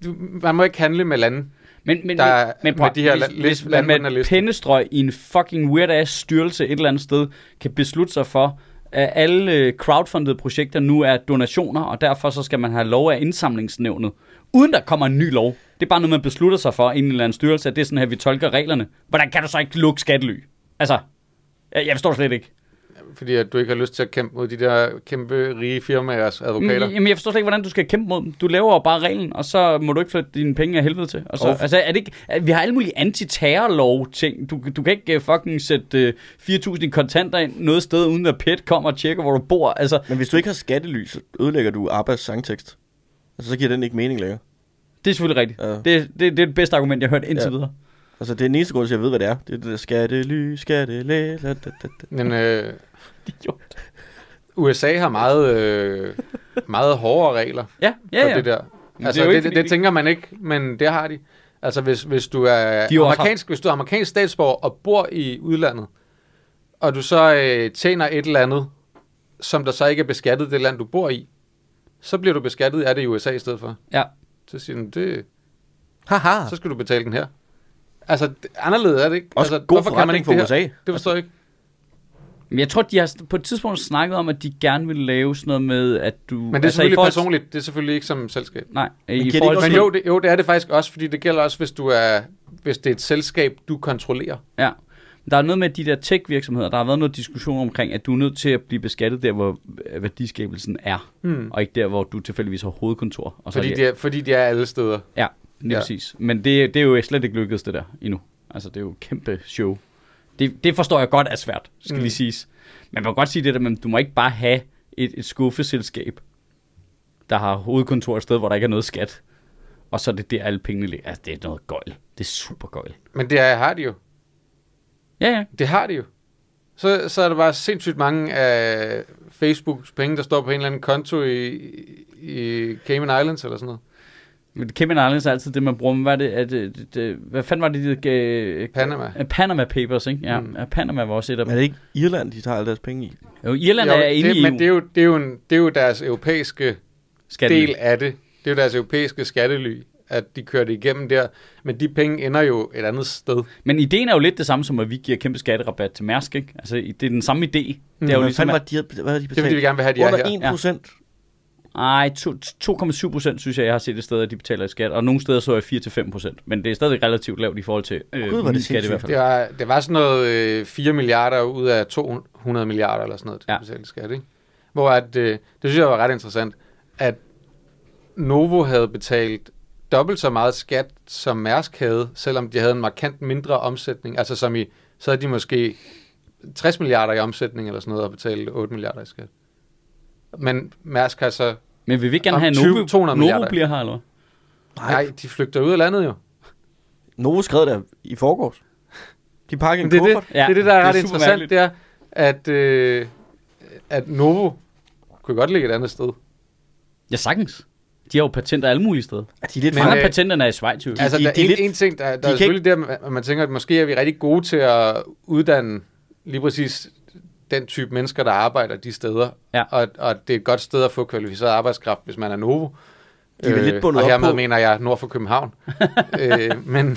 du, man må ikke handle med lande.
Men, men,
Der er-
men, prøv,
med de her
hvis,
la-
hvis
list-
man
landmænd af
med et
listen.
pennestrøg i en fucking weird-ass styrelse et eller andet sted kan beslutte sig for, at alle øh, crowdfundede projekter nu er donationer, og derfor så skal man have lov af indsamlingsnævnet, uden der kommer en ny lov. Det er bare noget, man beslutter sig for i en eller anden styrelse, at det er sådan her, vi tolker reglerne. Hvordan kan du så ikke lukke skattely? Altså, jeg, jeg forstår det slet ikke.
Fordi at du ikke har lyst til at kæmpe mod de der kæmpe rige firmaers advokater.
Mm, Jamen, jeg forstår slet ikke, hvordan du skal kæmpe mod dem. Du laver jo bare reglen, og så må du ikke flytte dine penge af helvede til. Og så,
Og-
altså, er det ikke, at vi har alle mulige antiterrorlov-ting. Du, du kan ikke uh, fucking sætte uh, 4.000 i kontanter ind noget sted, uden at PET kommer og tjekker, hvor du bor. Altså,
Men hvis du ikke har skattelys, så ødelægger du Abbas sangtekst. Altså, så giver den ikke mening længere.
det er selvfølgelig rigtigt.
Ja.
Ja. Det, det, det er det bedste argument, jeg har hørt indtil
Ja.
ja. videre.
Altså, det er den eneste grund til, at jeg ved, hvad det er. Det er det der skattelys, skattelæ, la, da, da, da.
Mm,
Men øh,
Idiot.
USA har meget, øh, meget hårdere regler
Ja,
for
ja, ja.
det der.
Men
Altså,
det er
det,
jo
det,
ikke,
det,
fordi de-
tænker man ikke, men det har de. Altså, hvis, hvis, du er
jo også
amerikansk, hvis du er amerikansk statsborger og bor i udlandet, og du så øh, tjener et eller andet, som der så ikke er beskattet i det land, du bor i, så bliver du beskattet af det i USA i stedet for.
Ja.
Så siger den, det,
Haha.
så skal du betale den her. Altså, det, anderledes er det ikke.
Også
altså,
god
hvorfor kan man
forretning
ikke
for
det her?
USA.
Det forstår jeg ikke.
Altså, Men jeg tror, de har på et tidspunkt snakket om, at de gerne vil lave sådan noget med, at du... altså,
Men det er selvfølgelig
i forhold-
personligt. Det er selvfølgelig ikke som selskab.
Nej,
giver
i
det
forhold
ikke
til...
Men jo det, jo, det er det faktisk også, fordi det gælder også, hvis, du er, hvis det er et selskab, du kontrollerer.
Ja. Der er noget med de der tech-virksomheder, der har været noget diskussion omkring, at du er nødt til at blive beskattet der, hvor øh, værdiskabelsen er,
Hmm.
og ikke der, hvor du tilfældigvis har hovedkontor. Og så
Fordi,
er
de er, fordi de er alle steder.
Ja, lige
Ja.
ja. præcis. Men det, det er jo slet ikke lykkedes, det der, endnu. Altså, det er jo et kæmpe show. Det, det forstår jeg godt er svært, skal
Mm.
mm. lige siges. Man kan godt sige det der, men du må ikke bare have et, et skuffeselskab, der har hovedkontor et sted, hvor der ikke er noget skat. Og så er det der, alle pengene ligger. Altså, det er noget gøjl. Det er super gøjl.
Men det er, har de jo.
Ja, ja.
Det har de jo. Så, så er der bare sindssygt mange af Facebooks penge, der står på en eller anden konto i, i Cayman Islands eller sådan noget.
Men Cayman Islands er altid det, man bruger. Men Hvad, er det, at, det, det, hvad fanden var det, de gav...
Panama.
Øh, Panama Papers, ikke? Ja,
Mm.
mm. Panama var også et af
Men er
dem.
det ikke Irland, de tager alle deres penge i?
Jo, Irland jo, er inde
det,
i
men det er, jo, det, er jo en, det er jo deres europæiske
skattely.
del af det. Det er jo deres europæiske skattely, at de kører det igennem der. Men de penge ender jo et andet sted.
Men ideen er jo lidt det samme som, at vi giver kæmpe skatterabat til Mærsk, ikke? Altså, i- det er den samme idé. Det er jo
Hvad
ligesom...
Mm, fanden var
at-
det, de, havde- hvad havde de
Det er fordi, vi
betalt?
gerne vil have, at de er
Under
her.
1 procent.
Ej, to- 2,7 procent, synes jeg, jeg har set et sted, at de betaler i skat. Og nogle steder så er 4-5 procent. Men det er stadig relativt lavt i forhold til øh,
Gud, hvor er det
min skat i hvert
sindssygt.
fald.
Det var, det var sådan noget øh, 4 milliarder ud af 200 milliarder eller sådan noget,
Ja.
ja. betalte i skat, ikke? Hvor at, øh, det synes jeg var ret interessant, at Novo havde betalt dobbelt så meget skat, som Mærsk havde, selvom de havde en markant mindre omsætning. Altså som i, så havde de måske 60 milliarder i omsætning eller sådan noget, og betalt 8 milliarder i skat. Men Mærsk har så...
Men vil vi ikke gerne
Om
have, at
20
Novo,
200
Novo
milliarder.
bliver her, eller hvad?
Nej.
Nej, de flygter ud af landet jo.
Novo skrev der i forgårs. De pakkede en
Men det, er det,
kuffert.
det, er det, der er
Ja,
ret
det er super
interessant, det er, at, øh, at Novo kunne godt ligge et andet sted.
Ja, sagtens. De har jo patenter alle mulige steder.
Ja, De er lidt
Men,
Men, Mange
øh,
af patenterne er i Schweiz, jo.
Altså,
de-
der er
de er
en,
lidt-
en ting, der, der
kan
er selvfølgelig der, at man tænker, at måske er vi rigtig gode til at uddanne lige præcis den type mennesker, der arbejder de steder.
Ja.
Og, og det er et godt sted at få kvalificeret arbejdskraft, hvis man er Novo. Øh,
De er vel lidt bundet
og
op
hermed
på-
mener jeg nord for København. øh, men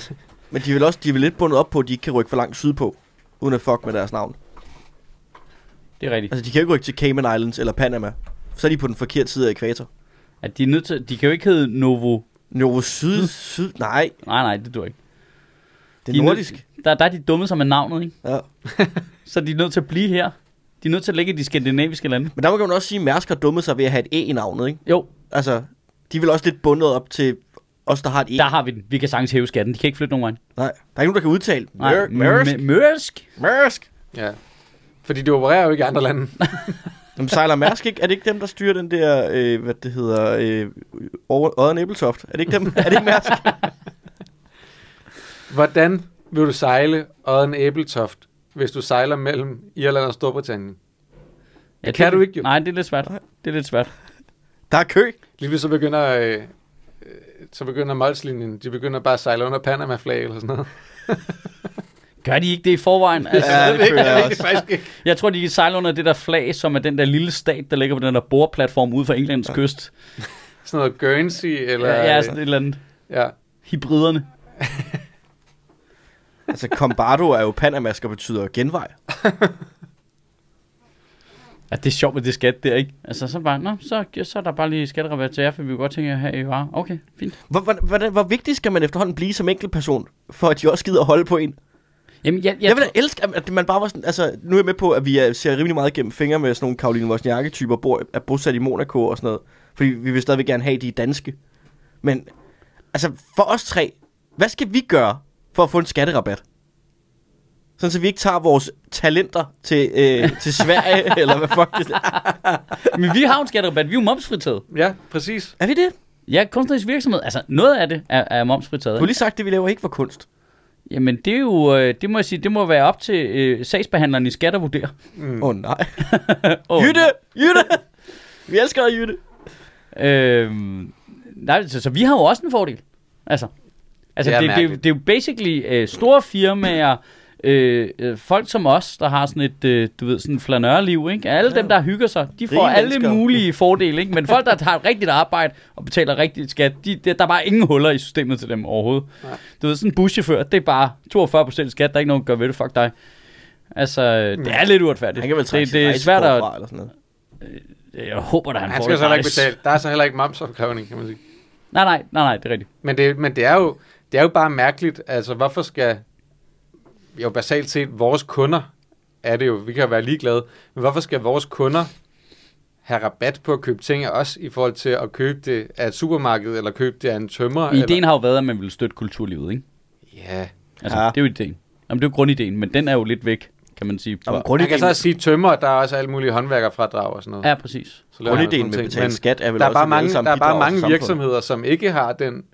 Men de er vel også de er vel lidt bundet op på, at de ikke kan rykke for langt sydpå, uden at fuck med deres navn.
Det er rigtigt.
Altså, de kan jo ikke rykke til Cayman Islands eller Panama. Så er de på den forkerte side af ekvator.
At de, er nødt til, de kan jo ikke hedde Novo.
Novo
Hm.
Syd, Syd, nej,
Nej, nej, det dur ikke.
det
De
er
nødt-
nordisk.
Der, der er de dumme som er navnet, ikke?
Ja.
Så de er nødt til at blive her. De er nødt til at ligge i de skandinaviske lande.
Men der må man også sige, at Mærsk har dummet sig ved at have et E i navnet, ikke?
Jo,
Altså, de er vel også lidt bundet op til os, der har et E.
der har vi den. Vi kan sagtens hæve skatten. De kan ikke flytte nogen vej.
Nej, der er ikke nogen, der kan udtale.
Nej,
Mør- Mærsk.
M- Mærsk.
Mærsk.
ja, Fordi de opererer jo ikke i andre lande.
Jamen, sejler Mærsk ikke? Er det ikke dem, der styrer den der, øh, hvad det hedder, øh, over- Odden Æbeltoft? Er det ikke dem? Er det ikke Mærsk?
Hvordan vil du sejle Odden Æbeltoft, hvis du sejler mellem Irland og Storbritannien?
Ja,
Det kan
det,
du ikke, jo.
Nej, det er lidt svært. Det er lidt svært.
Der er kø.
Lige pludselig så begynder, øh, øh, så begynder Molslinjen, de begynder bare at sejle under Panama-flag eller sådan noget.
Gør de ikke det i forvejen? Altså,
Ja, det føler jeg
det, det
også.
faktisk ikke.
Jeg tror, de kan sejle under det der flag, som er den der lille stat, der ligger på den der boreplatform ude for Englands kyst.
Sådan noget Guernsey eller... øh,
Ja, ja, sådan et eller andet.
ja.
Hybriderne.
Altså, Combardo er jo panamask og betyder genvej.
Ja, det er sjovt med det skat der, ikke? Altså, så bare, nå, så, så er der bare lige skatterabat til jer, for vi kunne godt tænke jer her i varer. Okay, fint.
Hvor, hvor, hvor, hvor vigtig skal man efterhånden blive som enkeltperson, for at de også gider at holde på en?
Jamen, jeg,
Jeg, jeg vil da elske, at- at man bare var sådan, altså, nu er jeg med på, at vi er, ser rimelig meget gennem fingre med sådan nogle Karoline Wozniacki-typer, bor, er bosat i Monaco og sådan noget, fordi vi vil stadigvæk gerne have de er danske. Men, altså, for os tre, hvad skal vi gøre for at få en skatterabat? Sådan, så vi ikke tager vores talenter til, øh, til Sverige, eller hvad fuck det er.
Men vi har jo en skatterabat, vi er jo momsfritaget.
ja, præcis.
Er vi det?
Ja, kunstnerisk virksomhed, altså noget af det er, er momsfritaget.
Du har
ikke?
lige sagt, det vi laver ikke var kunst.
Jamen, det er jo, øh, det må jeg sige, det må være op til øh, sagsbehandleren i skat at vurdere.
Åh mm. oh, nej.
Oh,
Jytte! Jytte! Vi elsker dig, Jytte.
Øh, nej, så, så vi har jo også en fordel. Altså, altså
Det
det,
er
det, det, er jo-
mærkeligt.
det er jo basically øh, store firmaer, øh, øh, folk som os, der har sådan et, øh, du ved, sådan et flanørliv, ikke? Alle dem, der hygger sig, de får alle
mennesker.
mulige fordele, ikke? Men folk, der har et rigtigt arbejde og betaler rigtigt skat, de, der, der er bare ingen huller i systemet til dem overhovedet.
Nej.
Du ved, sådan en buschauffør, det er bare 42% skat, der er ikke nogen, der gør ved det, fuck dig. Altså, øh, det er lidt uretfærdigt.
Han kan vel trække
det,
sit
det er
rejsekort
svært at...
fra, eller sådan noget.
Jeg håber, der han,
Han
får
skal
et
så heller ikke
rejse.
betale. Der er så heller ikke mamsopkrævning, kan man sige.
Nej, nej, nej, nej, det er rigtigt.
Men det, men det, er, jo, det er jo bare mærkeligt. Altså, hvorfor skal... Jo, basalt set, vores kunder er det jo. Vi kan være ligeglade. Men hvorfor skal vores kunder have rabat på at købe ting af os, i forhold til at købe det af et supermarked, eller købe det af en tømrer?
Ideen
eller?
har jo været, at man ville støtte kulturlivet, ikke?
Ja.
Altså,
Ja.
ja. det er jo ideen. Jamen, det er jo grundideen, men den er jo lidt væk, kan man sige.
Jamen,
Man kan
grundideen,
så også sige tømmer, der er også alle mulige håndværkerfradrag og sådan noget.
Ja, præcis.
Så laver man sådan
grundideen
nogle
med
ting.
at betale
Men-
skat er vel
der er
også,
bare
at vi alle
mange,
sammen
der er bare
bidrager til
mange
samfundet.
virksomheder, som ikke har den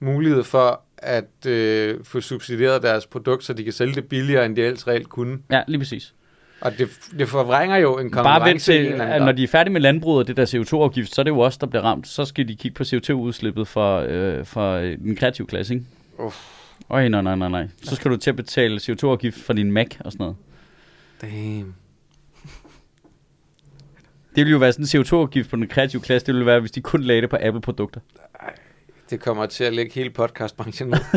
mulighed for at øh, få subsidieret deres produkt, så de kan sælge det billigere, end de ellers reelt kunne.
Ja, lige præcis.
Og det, det forvrænger jo en konkurrence.
Bare vent
i en
til,
eller anden
at når
grad.
de er færdige med landbruget og det der CO2-afgift, så er det jo os, der bliver ramt. Så skal de kigge på CO2-udslippet fra, øh, fra øh, den kreative klasse, ikke?
Uff.
Øj, nej, nej, nej, nej. Så skal du til at betale CO2-afgift for din Mac og sådan noget.
Damn.
Det ville jo være sådan en CO2-afgift på den kreative klasse. Det ville være, hvis de kun lagde det på Apple-produkter.
Det kommer til at lægge hele podcastbranchen ned.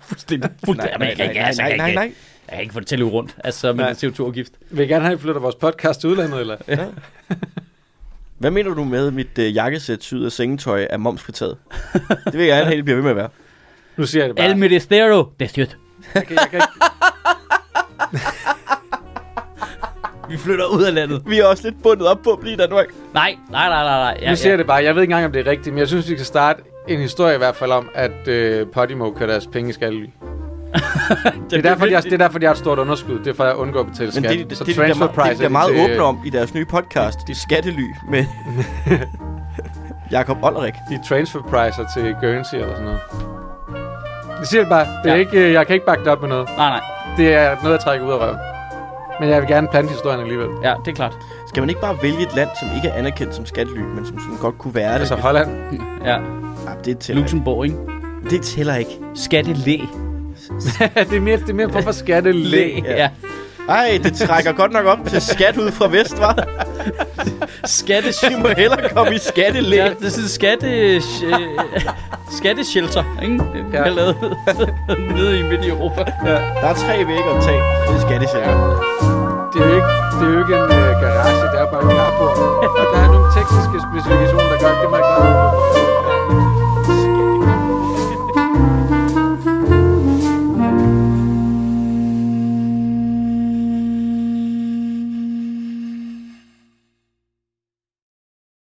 Fuldstændig. Fuldstændig.
Nej,
Jeg kan ikke-
nej,
altså,
nej,
jeg kan
nej,
ikke-
nej.
Jeg kan ikke få det til at løbe rundt, altså med
Nej.
den CO2-afgift.
Vil I gerne have, at I flytter vores podcast til udlandet, eller?
Hvad mener du med, at mit øh, jakkesæt, syd og sengetøj er momsfritaget? det vil jeg gerne have, det bliver ved med at være.
Nu siger jeg det bare.
El Ministerio de Ciudad.
Jeg kan, jeg kan ikke.
Vi flytter ud af landet.
Vi er også lidt bundet op på at blive i Danmark.
Nej, nej, nej, nej, nej.
Nu siger jeg det bare. Jeg ved ikke engang, om det er rigtigt, men jeg synes, vi kan starte en historie i hvert fald om, at øh, Podimo kører deres penge i skattely. Det er, derfor, de har, det er derfor, de har et stort underskud. Det er for at undgå at betale
Men
skat.
det, det, det,
så
det, det, det,
transfer
det, det, det
price
er meget
til, øh,
åbne om i deres nye podcast, de, Skattely med Jakob Ollerik.
de transfer pricer til Guernsey eller sådan noget. Det siger det bare. Det er
Ja.
ja. ikke, øh, jeg kan ikke bakke det op med noget.
Nej, nej.
Det er noget, jeg trækker ud af røven. Men jeg vil gerne plante historien alligevel.
Ja, det er klart.
Skal man ikke bare vælge et land, som ikke er anerkendt som skattely, men som sådan godt kunne være det?
Altså Holland.
Ja,
ja, det tæller ikke.
Luxembourg, ikke?
Det tæller ikke.
Skattelæ.
det er mere, det er mere på for skattelæ.
ja.
ja.
ja.
Ej, det trækker godt nok op til skat ud fra vest, var.
Skattesyn.
Vi må hellere komme i skattelæ.
Ja, det er sådan en skatte... øh, Skatteshelter, ikke? Ja.
Ja.
Jeg lavede nede i midt i Europa.
Der er tre vægge at tage. Det er skattesælger.
Det er jo ikke, det er jo ikke en øh, garage, der er bare en carport. Og der er nogle tekniske specifikationer, der gør, at det er meget godt.